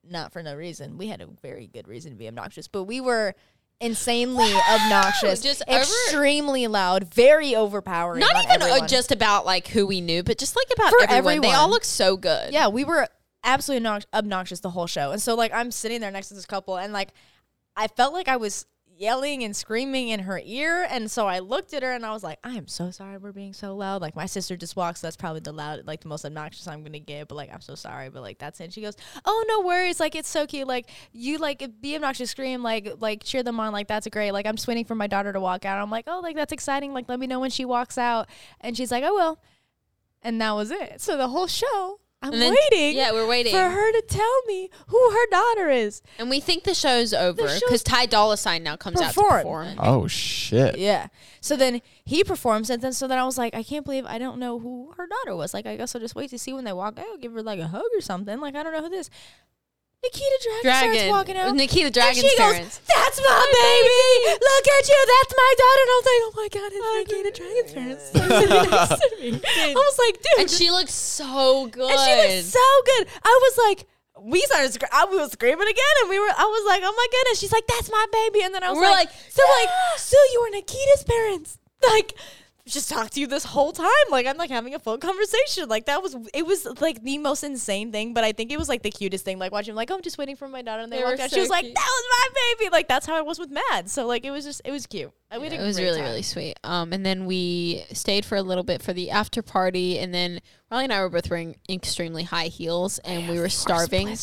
Speaker 4: not for no reason. We had a very good reason to be obnoxious, but we were insanely obnoxious,
Speaker 3: Just over-
Speaker 4: extremely loud, very overpowering.
Speaker 3: not
Speaker 4: on
Speaker 3: even uh,
Speaker 4: everyone.
Speaker 3: just about like who we knew, but just like about
Speaker 4: For
Speaker 3: everyone. They
Speaker 4: everyone.
Speaker 3: all look so good.
Speaker 4: yeah, we were absolutely obnox- obnoxious the whole show. And so like I'm sitting there next to this couple and like I felt like I was yelling and screaming in her ear. And so I looked at her and I was like, I am so sorry we're being so loud. Like my sister just walks. That's probably the loud, like the most obnoxious I'm gonna get. But like I'm so sorry. But like that's it. She goes, Oh no worries. Like it's so cute. Like you like be obnoxious, scream like like cheer them on. Like that's great. Like I'm just waiting for my daughter to walk out. I'm like, Oh like that's exciting. Like let me know when she walks out. And she's like, "Oh, I will. And that was it. So the whole show. I'm
Speaker 3: And then-
Speaker 4: waiting
Speaker 3: Yeah, we're waiting.
Speaker 4: for her to tell me who her daughter is.
Speaker 3: And we think the show's over because Ty Dolla Sign now comes out
Speaker 4: Perform.
Speaker 3: to perform.
Speaker 1: Oh shit.
Speaker 4: Yeah. So then he performs, and then so then I was like, I can't believe I don't know who her daughter was. Like, I guess I'll just wait to see when they walk out, give her like a hug or something. Like, I don't know who this. Nikita Dragon, starts walking out.
Speaker 3: Nikita
Speaker 4: and
Speaker 3: Dragon's
Speaker 4: she goes,
Speaker 3: parents.
Speaker 4: "That's my baby. Look at you. That's my daughter." And I was like, "Oh my god, it's Nikita Dragon's parents sitting next to me." I was like, "Dude,"
Speaker 3: and she looks so good.
Speaker 4: and she looked so good. I was like, we started. Sc- I was screaming again, and we were. I was like, "Oh my goodness!" She's like, "That's my baby," and then I was
Speaker 3: We're
Speaker 4: like,
Speaker 3: like,
Speaker 4: "So like, so you were Nikita's parents? Like, just talked to you this whole time? Like, I'm like having a full conversation. Like that was. It was like the most insane thing, but I think it was like the cutest thing. Like watching, like, oh, I'm just waiting for my daughter, and they,
Speaker 3: They
Speaker 4: walked
Speaker 3: were
Speaker 4: out.
Speaker 3: so
Speaker 4: she was like,
Speaker 3: cute.
Speaker 4: "That was my baby." Like that's how I was with Mad. So like, it was just, it was cute. I we had
Speaker 3: it
Speaker 4: a
Speaker 3: was
Speaker 4: great
Speaker 3: really
Speaker 4: time.
Speaker 3: really sweet um and then we stayed for a little bit for the after party and then Riley and I were both wearing extremely high heels
Speaker 4: Oh,
Speaker 3: and we were starving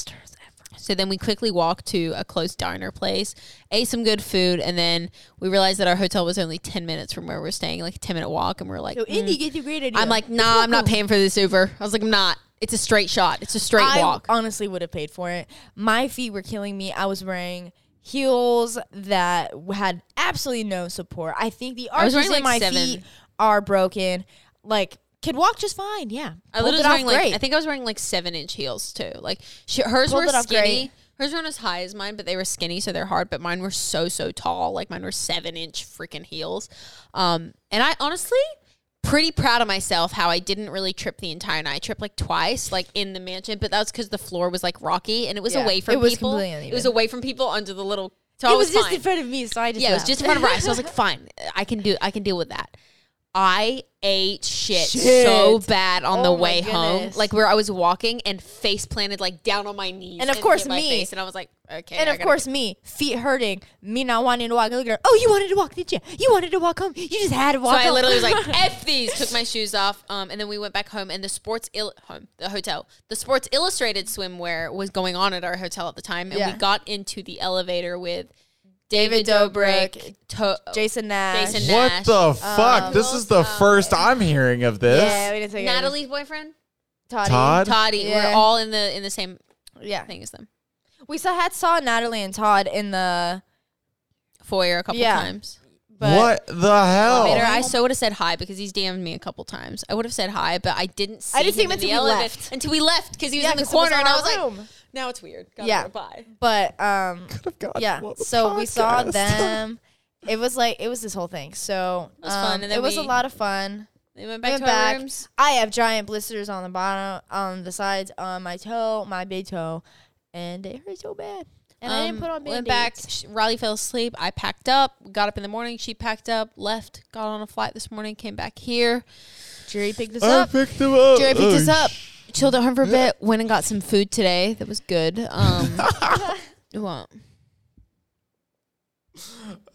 Speaker 3: so then we quickly walked to a close diner place ate some good food and then we realized that our hotel was only 10 minutes from where we are staying like a 10 minute walk and we are like "Mm."
Speaker 4: gets a great idea.
Speaker 3: I'm like nah I'm not paying for this Uber I was like I'm not it's a straight shot it's a straight
Speaker 4: I
Speaker 3: walk
Speaker 4: honestly would have paid for it. My feet were killing me. I was wearing heels that had absolutely no support. I think the arches
Speaker 3: was wearing,
Speaker 4: in
Speaker 3: like,
Speaker 4: my
Speaker 3: seven.
Speaker 4: feet are broken. Like could walk just fine. Yeah,
Speaker 3: I
Speaker 4: Pulled
Speaker 3: literally
Speaker 4: it
Speaker 3: was
Speaker 4: off
Speaker 3: wearing like
Speaker 4: great.
Speaker 3: I think I was wearing like seven inch heels too. Like she, hers
Speaker 4: Pulled
Speaker 3: were
Speaker 4: it off great.
Speaker 3: skinny. Hers weren't as high as mine, but they were skinny, so they're hard. But mine were so so tall. Like mine were seven inch freaking heels. Um, and I honestly pretty proud of myself how I didn't really trip the entire night. I tripped like twice, like in the mansion, but that was because the floor was like rocky and it was
Speaker 4: Yeah.
Speaker 3: away from
Speaker 4: It was
Speaker 3: people.
Speaker 4: completely
Speaker 3: It was
Speaker 4: uneven.
Speaker 3: away from people under the little. So I
Speaker 4: it was, just
Speaker 3: fine
Speaker 4: in front of me, so I just
Speaker 3: yeah, it was
Speaker 4: laughed.
Speaker 3: just in front of her eyes. So I was like, fine, I can do, I can deal with that. I ate shit,
Speaker 4: Shit.
Speaker 3: so bad on the
Speaker 4: Oh my
Speaker 3: way home,
Speaker 4: goodness.
Speaker 3: like where I was walking and face planted like down on my knees,
Speaker 4: And of course
Speaker 3: hit my
Speaker 4: me.
Speaker 3: face, and I was like, okay,
Speaker 4: and
Speaker 3: I
Speaker 4: of
Speaker 3: gotta-
Speaker 4: course, me feet hurting, me not wanting to walk. I Look at her. Oh, you wanted to walk, did you? You wanted to walk home. You just had to
Speaker 3: So
Speaker 4: walk.
Speaker 3: I
Speaker 4: home.
Speaker 3: literally was like, "F these!" Took my shoes off, um, and then we went back home. And the Sports Ill- home, the hotel, the Sports Illustrated swimwear was going on at our hotel at the time, and
Speaker 4: Yeah.
Speaker 3: we got into the elevator with David, Dobrik, to-
Speaker 4: Jason Nash.
Speaker 3: Jason
Speaker 1: What
Speaker 3: Nash. Um,
Speaker 1: the fuck? This is the first I'm hearing of this.
Speaker 4: Yeah, we didn't take it.
Speaker 3: Natalie's boyfriend,
Speaker 4: Toddy.
Speaker 1: Todd?
Speaker 3: Toddy.
Speaker 4: Yeah.
Speaker 3: We're all in the in the same
Speaker 4: Yeah,
Speaker 3: thing as them.
Speaker 4: we saw had saw Natalie and Todd in the.
Speaker 3: Foyer a couple
Speaker 4: Yeah. Oh.
Speaker 3: times.
Speaker 4: But
Speaker 1: what the hell?
Speaker 3: Later, I so would have said hi because he's DM'd me a couple times. I would have said hi, but I didn't see
Speaker 4: I didn't see him
Speaker 3: in
Speaker 4: until
Speaker 3: the
Speaker 4: we
Speaker 3: elevator-
Speaker 4: left.
Speaker 3: Until we left because he was
Speaker 4: Yeah,
Speaker 3: in the
Speaker 4: 'cause it was
Speaker 3: corner,
Speaker 4: on
Speaker 3: and I
Speaker 4: our
Speaker 3: was like,
Speaker 4: room.
Speaker 3: now it's weird.
Speaker 4: Yeah.
Speaker 3: yeah. Bye.
Speaker 4: But um, yeah.
Speaker 1: Well, the
Speaker 4: So we saw
Speaker 1: podcast.
Speaker 4: them. It was like it was this whole thing. So
Speaker 3: was
Speaker 4: um,
Speaker 3: fun, and then
Speaker 4: it was a
Speaker 3: we
Speaker 4: lot of fun.
Speaker 3: They went
Speaker 4: We
Speaker 3: back
Speaker 4: went
Speaker 3: to
Speaker 4: back.
Speaker 3: our rooms.
Speaker 4: I have giant blisters on the bottom, on the sides, on my toe, my big toe, and they hurt so bad. And I didn't
Speaker 3: Um,
Speaker 4: put on band
Speaker 3: Went back. Sh- Riley fell asleep. I packed up. Got up in the morning. She packed up. Left. Got on a flight this morning. Came back here.
Speaker 4: Jerry picked us
Speaker 1: I
Speaker 4: up.
Speaker 1: picked them up.
Speaker 3: Jerry picked
Speaker 1: Oh,
Speaker 3: us up.
Speaker 1: sh-
Speaker 3: Chilled at home for a bit. Went and got some food today. That was good. Um, what?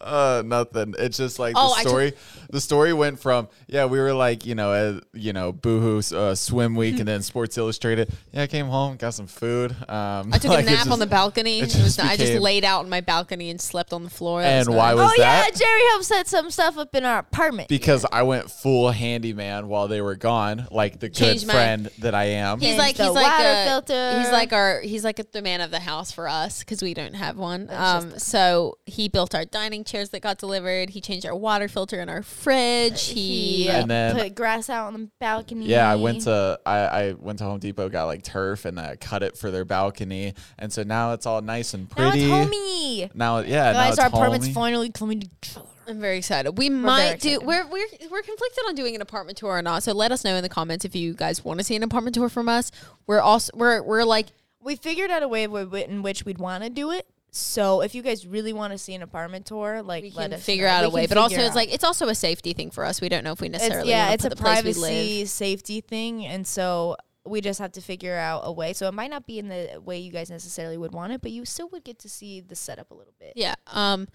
Speaker 1: Uh, nothing. It's just like
Speaker 3: Oh,
Speaker 1: the
Speaker 3: I took-
Speaker 1: story. the story went from yeah, we were like you know, uh, you know, boohoo, uh, swim week, and then Sports Illustrated. Yeah, I came home, got some food. Um,
Speaker 3: I took
Speaker 1: like,
Speaker 3: a
Speaker 1: it
Speaker 3: nap
Speaker 1: just-
Speaker 3: on the balcony.
Speaker 1: it
Speaker 3: It
Speaker 1: just
Speaker 3: was not- I just
Speaker 1: became-
Speaker 3: laid out on my balcony and slept on the floor. That
Speaker 1: And
Speaker 3: was
Speaker 1: why
Speaker 3: nice.
Speaker 1: was
Speaker 4: oh
Speaker 1: that?
Speaker 4: yeah, Jerry helped set some stuff up in our apartment.
Speaker 1: because I went full handyman while they were gone, like the good
Speaker 3: Changed my-
Speaker 1: friend that I am.
Speaker 3: He's
Speaker 4: Change
Speaker 3: like
Speaker 4: the
Speaker 3: he's like
Speaker 4: water
Speaker 3: a,
Speaker 4: filter.
Speaker 3: he's like our he's like the man of the house for us because we don't have one. Um, so he built our dining chairs that got delivered. He changed our water filter in our fridge. He
Speaker 1: And then-
Speaker 4: put grass out on the balcony.
Speaker 1: Yeah, I went to I, I went to Home Depot, got like turf, and I cut it for their balcony, and so now it's all nice and
Speaker 4: now it's
Speaker 1: pretty.
Speaker 4: homey.
Speaker 1: Now- yeah, now
Speaker 4: Guys,
Speaker 1: it's
Speaker 4: our apartment's
Speaker 1: homey.
Speaker 4: finally coming together.
Speaker 3: I'm very excited. We
Speaker 4: very
Speaker 3: might do.
Speaker 4: excited.
Speaker 3: We're we're we're conflicted on doing an apartment tour or not. So let us know in the comments if you guys want to see an apartment tour from us. We're also we're we're like
Speaker 4: we figured out a way w- w- in which we'd want to do it. So if you guys really want to see an apartment tour, like
Speaker 3: we
Speaker 4: let
Speaker 3: can
Speaker 4: us
Speaker 3: figure
Speaker 4: know.
Speaker 3: out
Speaker 4: We
Speaker 3: a way,
Speaker 4: can
Speaker 3: but also
Speaker 4: figure
Speaker 3: it's
Speaker 4: out.
Speaker 3: like it's also a safety thing for us. We don't know if we
Speaker 4: it's,
Speaker 3: necessarily
Speaker 4: yeah,
Speaker 3: wanna
Speaker 4: it's
Speaker 3: put
Speaker 4: a
Speaker 3: the place we live.
Speaker 4: privacy safety thing, and so we just have to figure out a way. So it might not be in the way you guys necessarily would want it, but you still would get to see the setup a little bit.
Speaker 3: Yeah. Um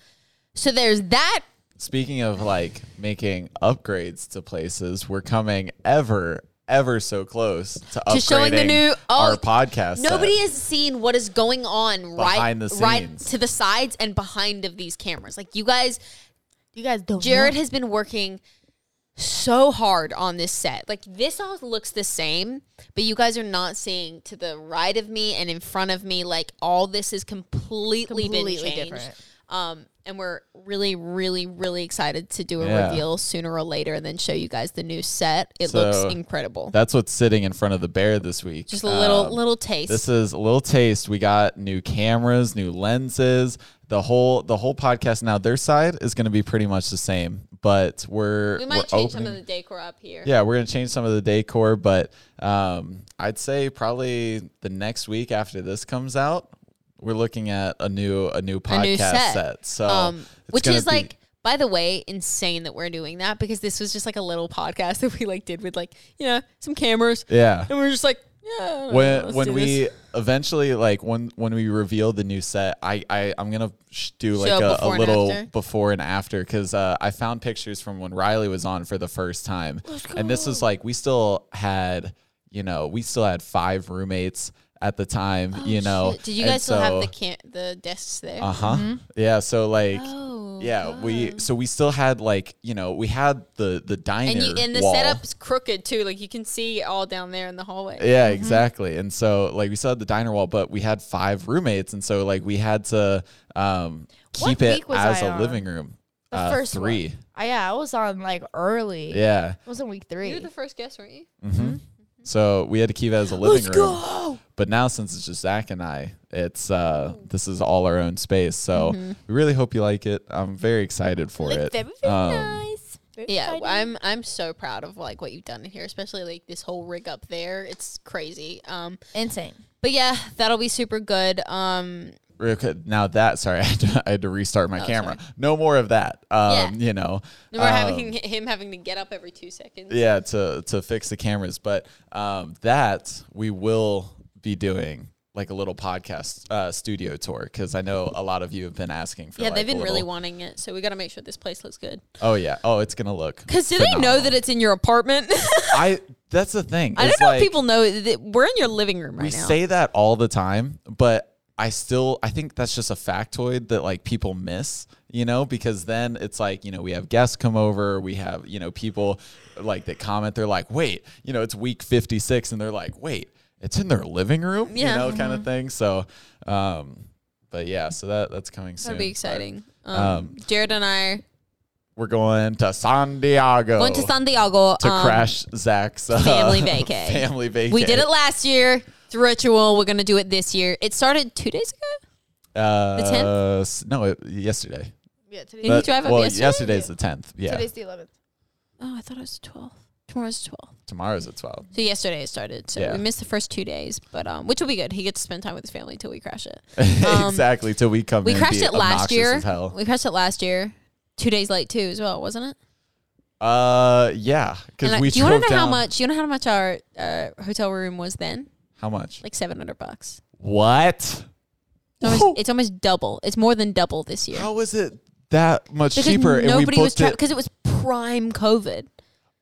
Speaker 3: So there's that.
Speaker 1: Speaking of like making upgrades to places, we're coming ever, ever so close to, upgrading
Speaker 3: showing the new- oh,
Speaker 1: our podcast. set.
Speaker 3: Nobody has seen what is going on right,
Speaker 1: Behind the
Speaker 3: right
Speaker 1: scenes.
Speaker 3: to the sides and behind of these cameras. Like you guys,
Speaker 5: You guys don't.
Speaker 3: Jared has been working so hard on this set. Like this all looks the same, but you guys are not seeing to the right of me and in front of me. Like all this is completely, been
Speaker 4: Completely
Speaker 3: changed.
Speaker 4: different.
Speaker 3: Um, and we're really, really, really excited to do a
Speaker 1: Yeah.
Speaker 3: reveal sooner or later, and then show you guys the new set. It
Speaker 1: So,
Speaker 3: looks incredible.
Speaker 1: That's what's sitting in front of the bear this week.
Speaker 3: Just a little,
Speaker 1: Um,
Speaker 3: little taste.
Speaker 1: This is a little taste. We got new cameras, new lenses. The whole the whole podcast now. Their side is going to be pretty much the same, but we're
Speaker 3: we
Speaker 1: we're
Speaker 3: might change
Speaker 1: opening-
Speaker 3: some of the decor up here.
Speaker 1: yeah, we're gonna change some of the decor, but um, I'd say probably the next week after this comes out, we're looking at a new a new podcast
Speaker 3: new
Speaker 1: set.
Speaker 3: set.
Speaker 1: So,
Speaker 3: um,
Speaker 1: it's
Speaker 3: which
Speaker 1: gonna
Speaker 3: is
Speaker 1: be-
Speaker 3: like by the way insane that we're doing that because this was just like a little podcast that we like did with like you know some cameras
Speaker 1: yeah.
Speaker 3: and we are just like yeah I don't know,
Speaker 1: When
Speaker 3: let's
Speaker 1: when
Speaker 3: do
Speaker 1: we
Speaker 3: this.
Speaker 1: eventually like when when we reveal the new set, I I I'm gonna sh- do like
Speaker 3: Show
Speaker 1: a, a
Speaker 3: before and
Speaker 1: little
Speaker 3: after?
Speaker 1: before and after because uh, I found pictures from when Riley was on for the first time, and this is like we still had you know we still had five roommates at the time, you know.
Speaker 3: Oh, did you
Speaker 1: and
Speaker 3: guys still have
Speaker 1: so-
Speaker 3: the can- the desks there
Speaker 1: Uh huh. Yeah. So like,
Speaker 3: Oh,
Speaker 1: yeah, we so we still had like you know we had the the diner
Speaker 3: and you and the
Speaker 1: wall.
Speaker 3: setup's crooked too like you can see all down there in the hallway
Speaker 1: Yeah,
Speaker 4: Mm-hmm.
Speaker 1: exactly. And so like we still had the diner wall, but we had five roommates, and so like we had to um
Speaker 4: What
Speaker 1: keep it
Speaker 4: week was
Speaker 1: as
Speaker 4: I
Speaker 1: a
Speaker 4: on?
Speaker 1: living room.
Speaker 4: The
Speaker 1: Uh,
Speaker 4: first one.
Speaker 1: three.
Speaker 4: I, yeah, I was on like early.
Speaker 1: Yeah.
Speaker 4: It was in week
Speaker 2: You were
Speaker 4: three.
Speaker 2: the first guest, weren't you?
Speaker 1: So we had to keep it as a living room. But now since it's just Zach and I, it's uh
Speaker 4: Oh.
Speaker 1: this is all our own space. So
Speaker 4: Mm-hmm.
Speaker 1: we really hope you like it. I'm very excited for it. Um,
Speaker 3: yeah i'm i'm so proud of like what you've done in here especially like this whole rig up there it's crazy um
Speaker 4: Insane.
Speaker 3: but yeah that'll be super good um
Speaker 1: real quick. Now that sorry, I had to, I had to restart
Speaker 4: Oh,
Speaker 1: my camera. No more of that. Um, you know.
Speaker 3: We're
Speaker 1: um,
Speaker 3: having him having to get up every two seconds.
Speaker 1: yeah to to fix the cameras, but um, that we will be doing like a little podcast uh, studio tour because I know a lot of you have been asking for.
Speaker 3: Yeah,
Speaker 1: like,
Speaker 3: they've
Speaker 1: a
Speaker 3: been really
Speaker 1: little-
Speaker 3: wanting it, so we got to make sure this place looks good.
Speaker 1: Oh yeah. Oh, it's gonna look.
Speaker 3: Because do they know that it's in your apartment?
Speaker 1: I that's the thing.
Speaker 3: I don't
Speaker 1: It's
Speaker 3: know
Speaker 1: like,
Speaker 3: if people know that we're in your living room
Speaker 1: We
Speaker 3: right now.
Speaker 1: say that all the time, but I still I think that's just a factoid that like people miss, you know, because then it's like, you know, we have guests come over, we have, you know, people like that comment, they're like, wait, you know, it's week fifty six and they're like, wait, it's in their living room, you
Speaker 3: Yeah. Mm-hmm.
Speaker 1: know, kind of thing. So um but yeah, so that that's coming soon.
Speaker 3: That'd be
Speaker 1: But
Speaker 3: exciting. Um,
Speaker 1: um,
Speaker 3: Jared and I are
Speaker 1: We're going to San Diego
Speaker 3: going to San Diego
Speaker 1: to
Speaker 3: um,
Speaker 1: crash Zach's uh,
Speaker 3: family vacay.
Speaker 1: family vacay.
Speaker 3: We did it last year. It's a ritual. We're gonna do it this year. It started two days ago.
Speaker 1: uh,
Speaker 3: the 10th?
Speaker 1: s- No, it, yesterday.
Speaker 4: Yeah, today's,
Speaker 3: Didn't you
Speaker 1: That-
Speaker 3: drive up
Speaker 1: well,
Speaker 3: yesterday?
Speaker 1: yesterday's the tenth. Yeah,
Speaker 4: today's the 11th.
Speaker 3: Oh, I thought it was the twelfth. Tomorrow's the twelfth.
Speaker 1: tomorrow's at twelve.
Speaker 3: So yesterday it started. So
Speaker 1: Yeah.
Speaker 3: we missed the first two days, but um, which will be good. He gets to spend time with his family till we crash it.
Speaker 1: exactly. Till we come.
Speaker 3: Um, We
Speaker 1: in and
Speaker 3: crashed
Speaker 1: be
Speaker 3: it last
Speaker 1: obnoxious
Speaker 3: year.
Speaker 1: As hell.
Speaker 3: We crashed it last year. Two days late too, as well, wasn't it?
Speaker 1: Uh, yeah. Because
Speaker 3: And
Speaker 1: we
Speaker 3: I, you wanna
Speaker 1: drove
Speaker 3: know
Speaker 1: down.
Speaker 3: how much? You know how much our uh, hotel room was then?
Speaker 1: How much?
Speaker 3: Like seven hundred bucks.
Speaker 1: What?
Speaker 3: It's almost, it's almost double. It's more than double this year.
Speaker 1: How was it that much
Speaker 3: because
Speaker 1: cheaper? and we
Speaker 3: nobody
Speaker 1: booked
Speaker 3: was
Speaker 1: it.
Speaker 3: because it was prime COVID.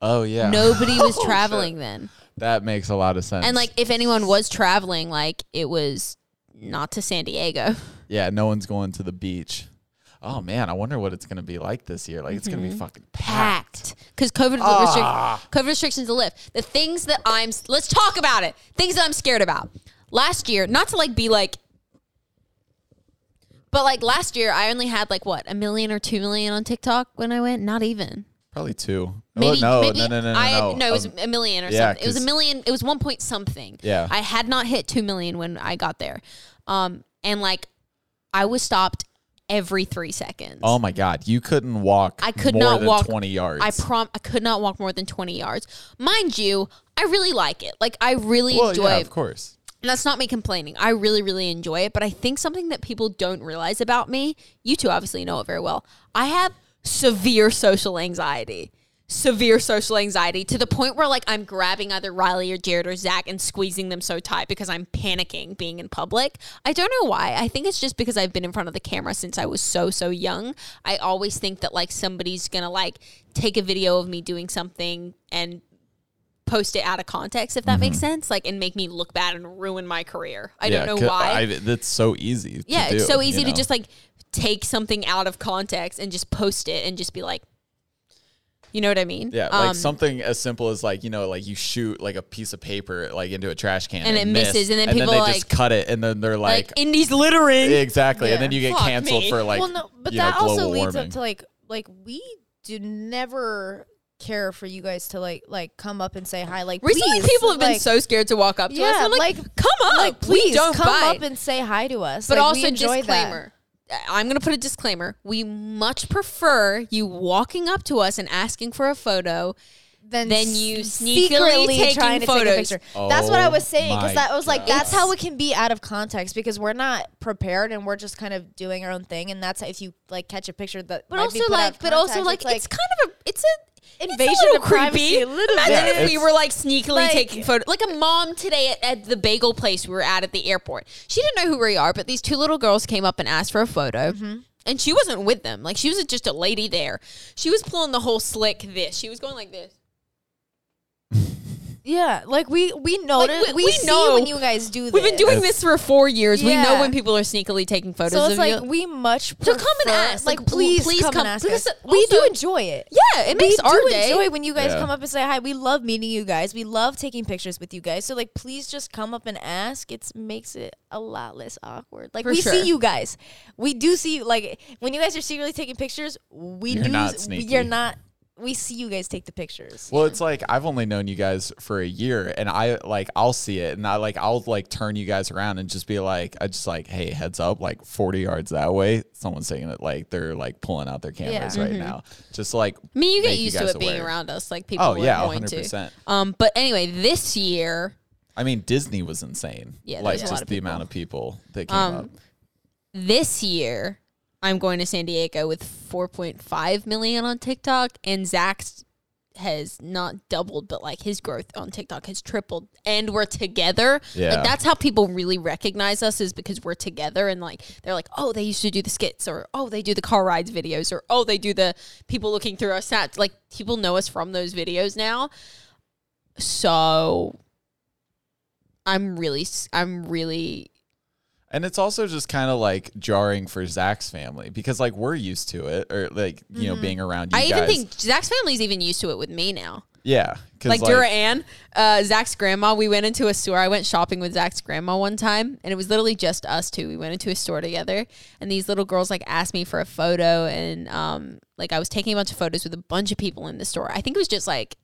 Speaker 1: Oh yeah.
Speaker 3: Nobody was traveling then,
Speaker 1: That makes a lot of sense.
Speaker 3: and like if anyone was traveling, like it was not to San Diego.
Speaker 1: yeah, no one's going to the beach. Oh man, I wonder what it's gonna be like this year. Like it's gonna be fucking packed. Ah.
Speaker 3: Mm-hmm. packed because COVID, restric- COVID restrictions will lift. The things that I'm let's talk about it. Things that I'm scared about. Last year, not to like be like, but like last year, I only had like what a million or two million on TikTok when I went. Not even.
Speaker 1: Probably two.
Speaker 3: Maybe,
Speaker 1: oh, no,
Speaker 3: maybe
Speaker 1: no, no, no, no,
Speaker 3: I had,
Speaker 1: no.
Speaker 3: no, it was
Speaker 1: Um,
Speaker 3: a million or
Speaker 1: yeah,
Speaker 3: something. It was a
Speaker 1: 'cause-
Speaker 3: million. It was one point something.
Speaker 1: Yeah.
Speaker 3: I had not hit two million when I got there, um, and like I was stopped every three seconds.
Speaker 1: oh my god, you couldn't walk.
Speaker 3: I could
Speaker 1: more
Speaker 3: not
Speaker 1: than
Speaker 3: walk
Speaker 1: twenty yards.
Speaker 3: I prom I could not walk more than 20 yards. Mind you, I really like it. Like I really
Speaker 1: well,
Speaker 3: enjoy
Speaker 1: yeah,
Speaker 3: it.
Speaker 1: of course.
Speaker 3: And that's not me complaining. I really really enjoy it, but I think something that people don't realize about me, you two obviously know it very well. I have severe social anxiety. severe social anxiety to the point where like I'm grabbing either Riley or Jared or Zach and squeezing them so tight because I'm panicking being in public. I don't know why. I think it's just because I've been in front of the camera since I was so so young. I always think that like somebody's going to like take a video of me doing something and post it out of context if that makes sense like and make me look bad and ruin my career. I
Speaker 1: Mm-hmm. Yeah,
Speaker 3: don't
Speaker 1: 'cause
Speaker 3: know why
Speaker 1: I, that's so easy. to
Speaker 3: yeah, it's
Speaker 1: do,
Speaker 3: so
Speaker 1: you
Speaker 3: easy
Speaker 1: know?
Speaker 3: to just like take something out of context and just post it and just be like, you know what I mean?
Speaker 1: Yeah, like
Speaker 3: Um,
Speaker 1: something as simple as like you know, like you shoot like a piece of paper like into a trash can
Speaker 3: And it
Speaker 1: missed,
Speaker 3: misses, and then people
Speaker 1: they
Speaker 3: are
Speaker 1: just
Speaker 3: like-
Speaker 1: cut it, and then they're
Speaker 3: like,
Speaker 1: like,
Speaker 3: Indy's littering.
Speaker 1: exactly, and then you get
Speaker 3: Fuck
Speaker 1: canceled
Speaker 3: me.
Speaker 1: for like,
Speaker 4: well, no, but
Speaker 1: you know,
Speaker 4: that also
Speaker 1: global
Speaker 4: leads
Speaker 1: warming.
Speaker 4: up to like, like we do never care for you guys to like, like come up and say hi. Like
Speaker 3: Recently,
Speaker 4: please,
Speaker 3: people have been
Speaker 4: like-
Speaker 3: so scared to walk up to us.
Speaker 4: Yeah,
Speaker 3: They're like,
Speaker 4: like-
Speaker 3: come up,
Speaker 4: like, please
Speaker 3: we don't
Speaker 4: come
Speaker 3: bite."
Speaker 4: up and say hi to us.
Speaker 3: but
Speaker 4: Like, we
Speaker 3: also
Speaker 4: enjoy that.
Speaker 3: disclaimer. I'm going to put a disclaimer. We much prefer you walking up to us and asking for a photo.
Speaker 4: Then,
Speaker 3: Then you sneakily taking photos.
Speaker 4: that's what I
Speaker 1: Oh
Speaker 4: was saying
Speaker 1: my
Speaker 4: because that was like
Speaker 1: God.
Speaker 4: that's how it can be out of context because we're not prepared and we're just kind of doing our own thing and that's if you like catch a picture that
Speaker 3: But
Speaker 4: might
Speaker 3: also
Speaker 4: be put out
Speaker 3: like,
Speaker 4: of
Speaker 3: but also
Speaker 4: context,
Speaker 3: like, it's kind of a, it's a it's a
Speaker 4: Invasion
Speaker 3: little
Speaker 4: of privacy,
Speaker 3: creepy.
Speaker 4: a little
Speaker 3: Imagine
Speaker 1: bit.
Speaker 3: if we
Speaker 1: It's-
Speaker 3: were like sneakily
Speaker 4: Like-
Speaker 3: taking photos, like a mom today at, at the bagel place we were at at the airport. She didn't know who we are, but these two little girls came up and asked for a photo.
Speaker 4: Mm-hmm.
Speaker 3: And she wasn't with them. Like she was just a lady there. She was pulling the whole slick this. She was going like this.
Speaker 4: yeah, like we we notice
Speaker 3: we-
Speaker 4: we,
Speaker 3: we
Speaker 4: see
Speaker 3: know.
Speaker 4: when you guys do.
Speaker 3: We've been
Speaker 4: this.
Speaker 3: doing this for four years. We know
Speaker 4: Yeah.
Speaker 3: when people are sneakily taking photos
Speaker 4: So
Speaker 3: of
Speaker 4: it's like
Speaker 3: you.
Speaker 4: we much
Speaker 3: So
Speaker 4: prefer,
Speaker 3: come and ask, like,
Speaker 4: Like,
Speaker 3: w-
Speaker 4: please,
Speaker 3: please
Speaker 4: come,
Speaker 3: come-
Speaker 4: and ask.
Speaker 3: because
Speaker 4: us.
Speaker 3: also-
Speaker 4: we do enjoy it.
Speaker 3: yeah, it
Speaker 4: we
Speaker 3: makes our
Speaker 4: do
Speaker 3: day.
Speaker 4: enjoy when you guys
Speaker 1: Yeah.
Speaker 4: come up and say hi. We love meeting you guys. We love taking pictures with you guys. So like, please just come up and ask. It makes it a lot less awkward. Like
Speaker 3: For
Speaker 4: we
Speaker 3: sure.
Speaker 4: see you guys. We do see you. Like when you guys are secretly taking pictures, we
Speaker 1: You're
Speaker 4: do.
Speaker 1: not
Speaker 4: s-
Speaker 1: sneaky.
Speaker 4: You're not. We see you guys take the pictures.
Speaker 1: Well, it's like I've only known you guys for a year, and I like I'll see it, and I like I'll like turn you guys around and just be like, I just like, hey, heads up, like forty yards that way, someone's taking it, like they're like pulling out their cameras right
Speaker 3: Mm-hmm.
Speaker 1: now, just like
Speaker 3: I mean, you get
Speaker 1: make
Speaker 3: used to
Speaker 1: guys
Speaker 3: it being
Speaker 1: aware.
Speaker 3: around us. Like people
Speaker 1: Oh
Speaker 3: were
Speaker 1: yeah,
Speaker 3: going
Speaker 1: hundred
Speaker 3: to.
Speaker 1: percent.
Speaker 3: Um, but anyway, this year
Speaker 1: I mean, Disney was insane.
Speaker 3: Yeah,
Speaker 1: like
Speaker 3: there's a lot
Speaker 1: just
Speaker 3: of
Speaker 1: the
Speaker 3: people.
Speaker 1: amount of people that came
Speaker 3: Um,
Speaker 1: up.
Speaker 3: this year I'm going to San Diego with 4.5 million on TikTok, and Zach's has not doubled, but like his growth on TikTok has tripled, and we're together.
Speaker 1: Yeah.
Speaker 3: Like that's how people really recognize us is because we're together, and like they're like, oh, they used to do the skits, or oh, they do the car rides videos, or oh, they do the people looking through our stats. Like people know us from those videos now, so. I'm really, s- I'm really
Speaker 1: And it's also just kind of like jarring for Zach's family because like we're used to it, or like you know being around you
Speaker 3: Mm-hmm. I even
Speaker 1: guys.
Speaker 3: think Zach's family's even used to it with me now.
Speaker 1: yeah, because
Speaker 3: Like, Dura Ann, uh, Zach's grandma, we went into a store. I went shopping with Zach's grandma one time, and it was literally just us two. We went into a store together, and these little girls like asked me for a photo, and um, like I was taking a bunch of photos with a bunch of people in the store. I think it was just like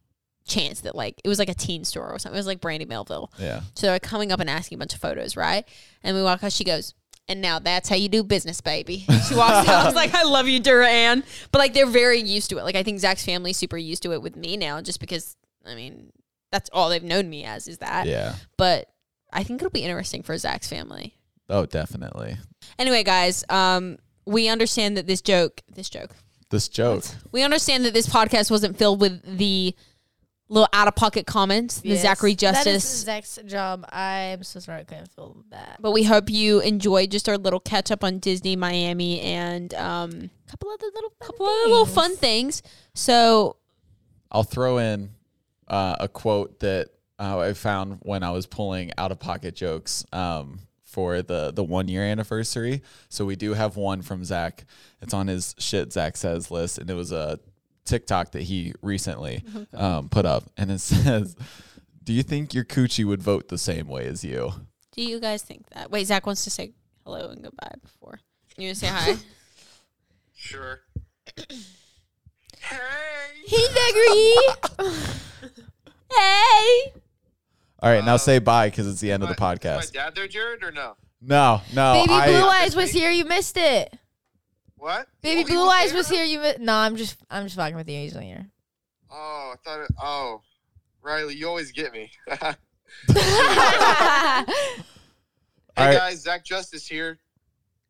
Speaker 3: chance that like it was like a teen store or something. It was like Brandy Melville.
Speaker 1: yeah,
Speaker 3: So they're coming up and asking a bunch of photos, right? And we walk out. She goes, and now that's how you do business, baby. She walks out. I was like, I love you, Dura Ann. But like, they're very used to it. Like, I think Zach's family's super used to it with me now, just because, I mean, that's all they've known me as is that.
Speaker 1: yeah.
Speaker 3: But I think it'll be interesting for Zach's family.
Speaker 1: Oh, definitely.
Speaker 3: Anyway, guys, um, we understand that this joke, this joke,
Speaker 1: This joke.
Speaker 3: we understand that this podcast wasn't filled with the little out of pocket comments, the
Speaker 4: Yes.
Speaker 3: Zachary Justice.
Speaker 4: That is Zach's job. I'm so sorry. I couldn't feel that.
Speaker 3: But we hope you enjoy just our little catch up on Disney Miami and um,
Speaker 4: couple other little fun
Speaker 3: couple of little
Speaker 4: things.
Speaker 3: fun things. So
Speaker 1: I'll throw in uh, a quote that uh, I found when I was pulling out of pocket jokes um, for the the one year anniversary. So we do have one from Zach. It's on his shit Zach says list, and it was a TikTok that he recently um, put up, and it says, "Do you think your coochie would vote the same way as you?"
Speaker 3: do you guys think that? Wait, Zach wants to say hello and goodbye before. You want to say hi?
Speaker 6: Sure.
Speaker 3: hey, Zachary. hey.
Speaker 1: All right, now say bye because it's the end of the
Speaker 6: My- is
Speaker 1: podcast.
Speaker 6: My dad there, Jared, or no?
Speaker 1: No, no,
Speaker 4: Baby
Speaker 1: Oh, I,
Speaker 4: Blue Eyes was here. You missed it.
Speaker 6: What?
Speaker 4: Baby
Speaker 6: Oh, he
Speaker 4: Blue Eyes
Speaker 6: there?
Speaker 4: was here. You mi- no, I'm just I'm just fucking with you. He's not here.
Speaker 6: Oh, I thought. It, oh, Riley, you always get me. hey
Speaker 1: All right.
Speaker 6: guys, Zach Justice here.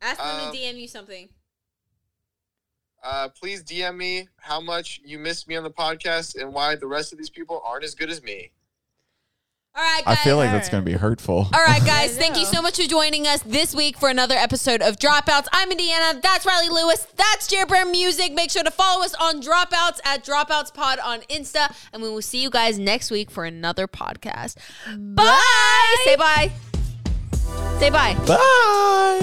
Speaker 3: Ask
Speaker 6: them to Um,
Speaker 3: DM you something.
Speaker 6: Uh, please DM me how much you missed me on the podcast and why the rest of these people aren't as good as me.
Speaker 3: All right,
Speaker 1: I
Speaker 3: guys.
Speaker 1: feel like that's going to be hurtful.
Speaker 3: All right, guys.
Speaker 4: I
Speaker 3: Thank you
Speaker 4: know.
Speaker 3: so much for joining us this week for another episode of Dropouts. I'm Indiana. That's Riley Lewis. That's Jared Brown Music. Make sure to follow us on Dropouts at Dropouts Pod on Insta, and we will see you guys next week for another podcast. Bye. Say bye. Say bye.
Speaker 1: Bye.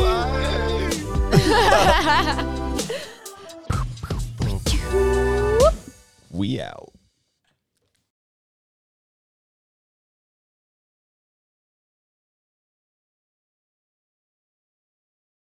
Speaker 1: We out.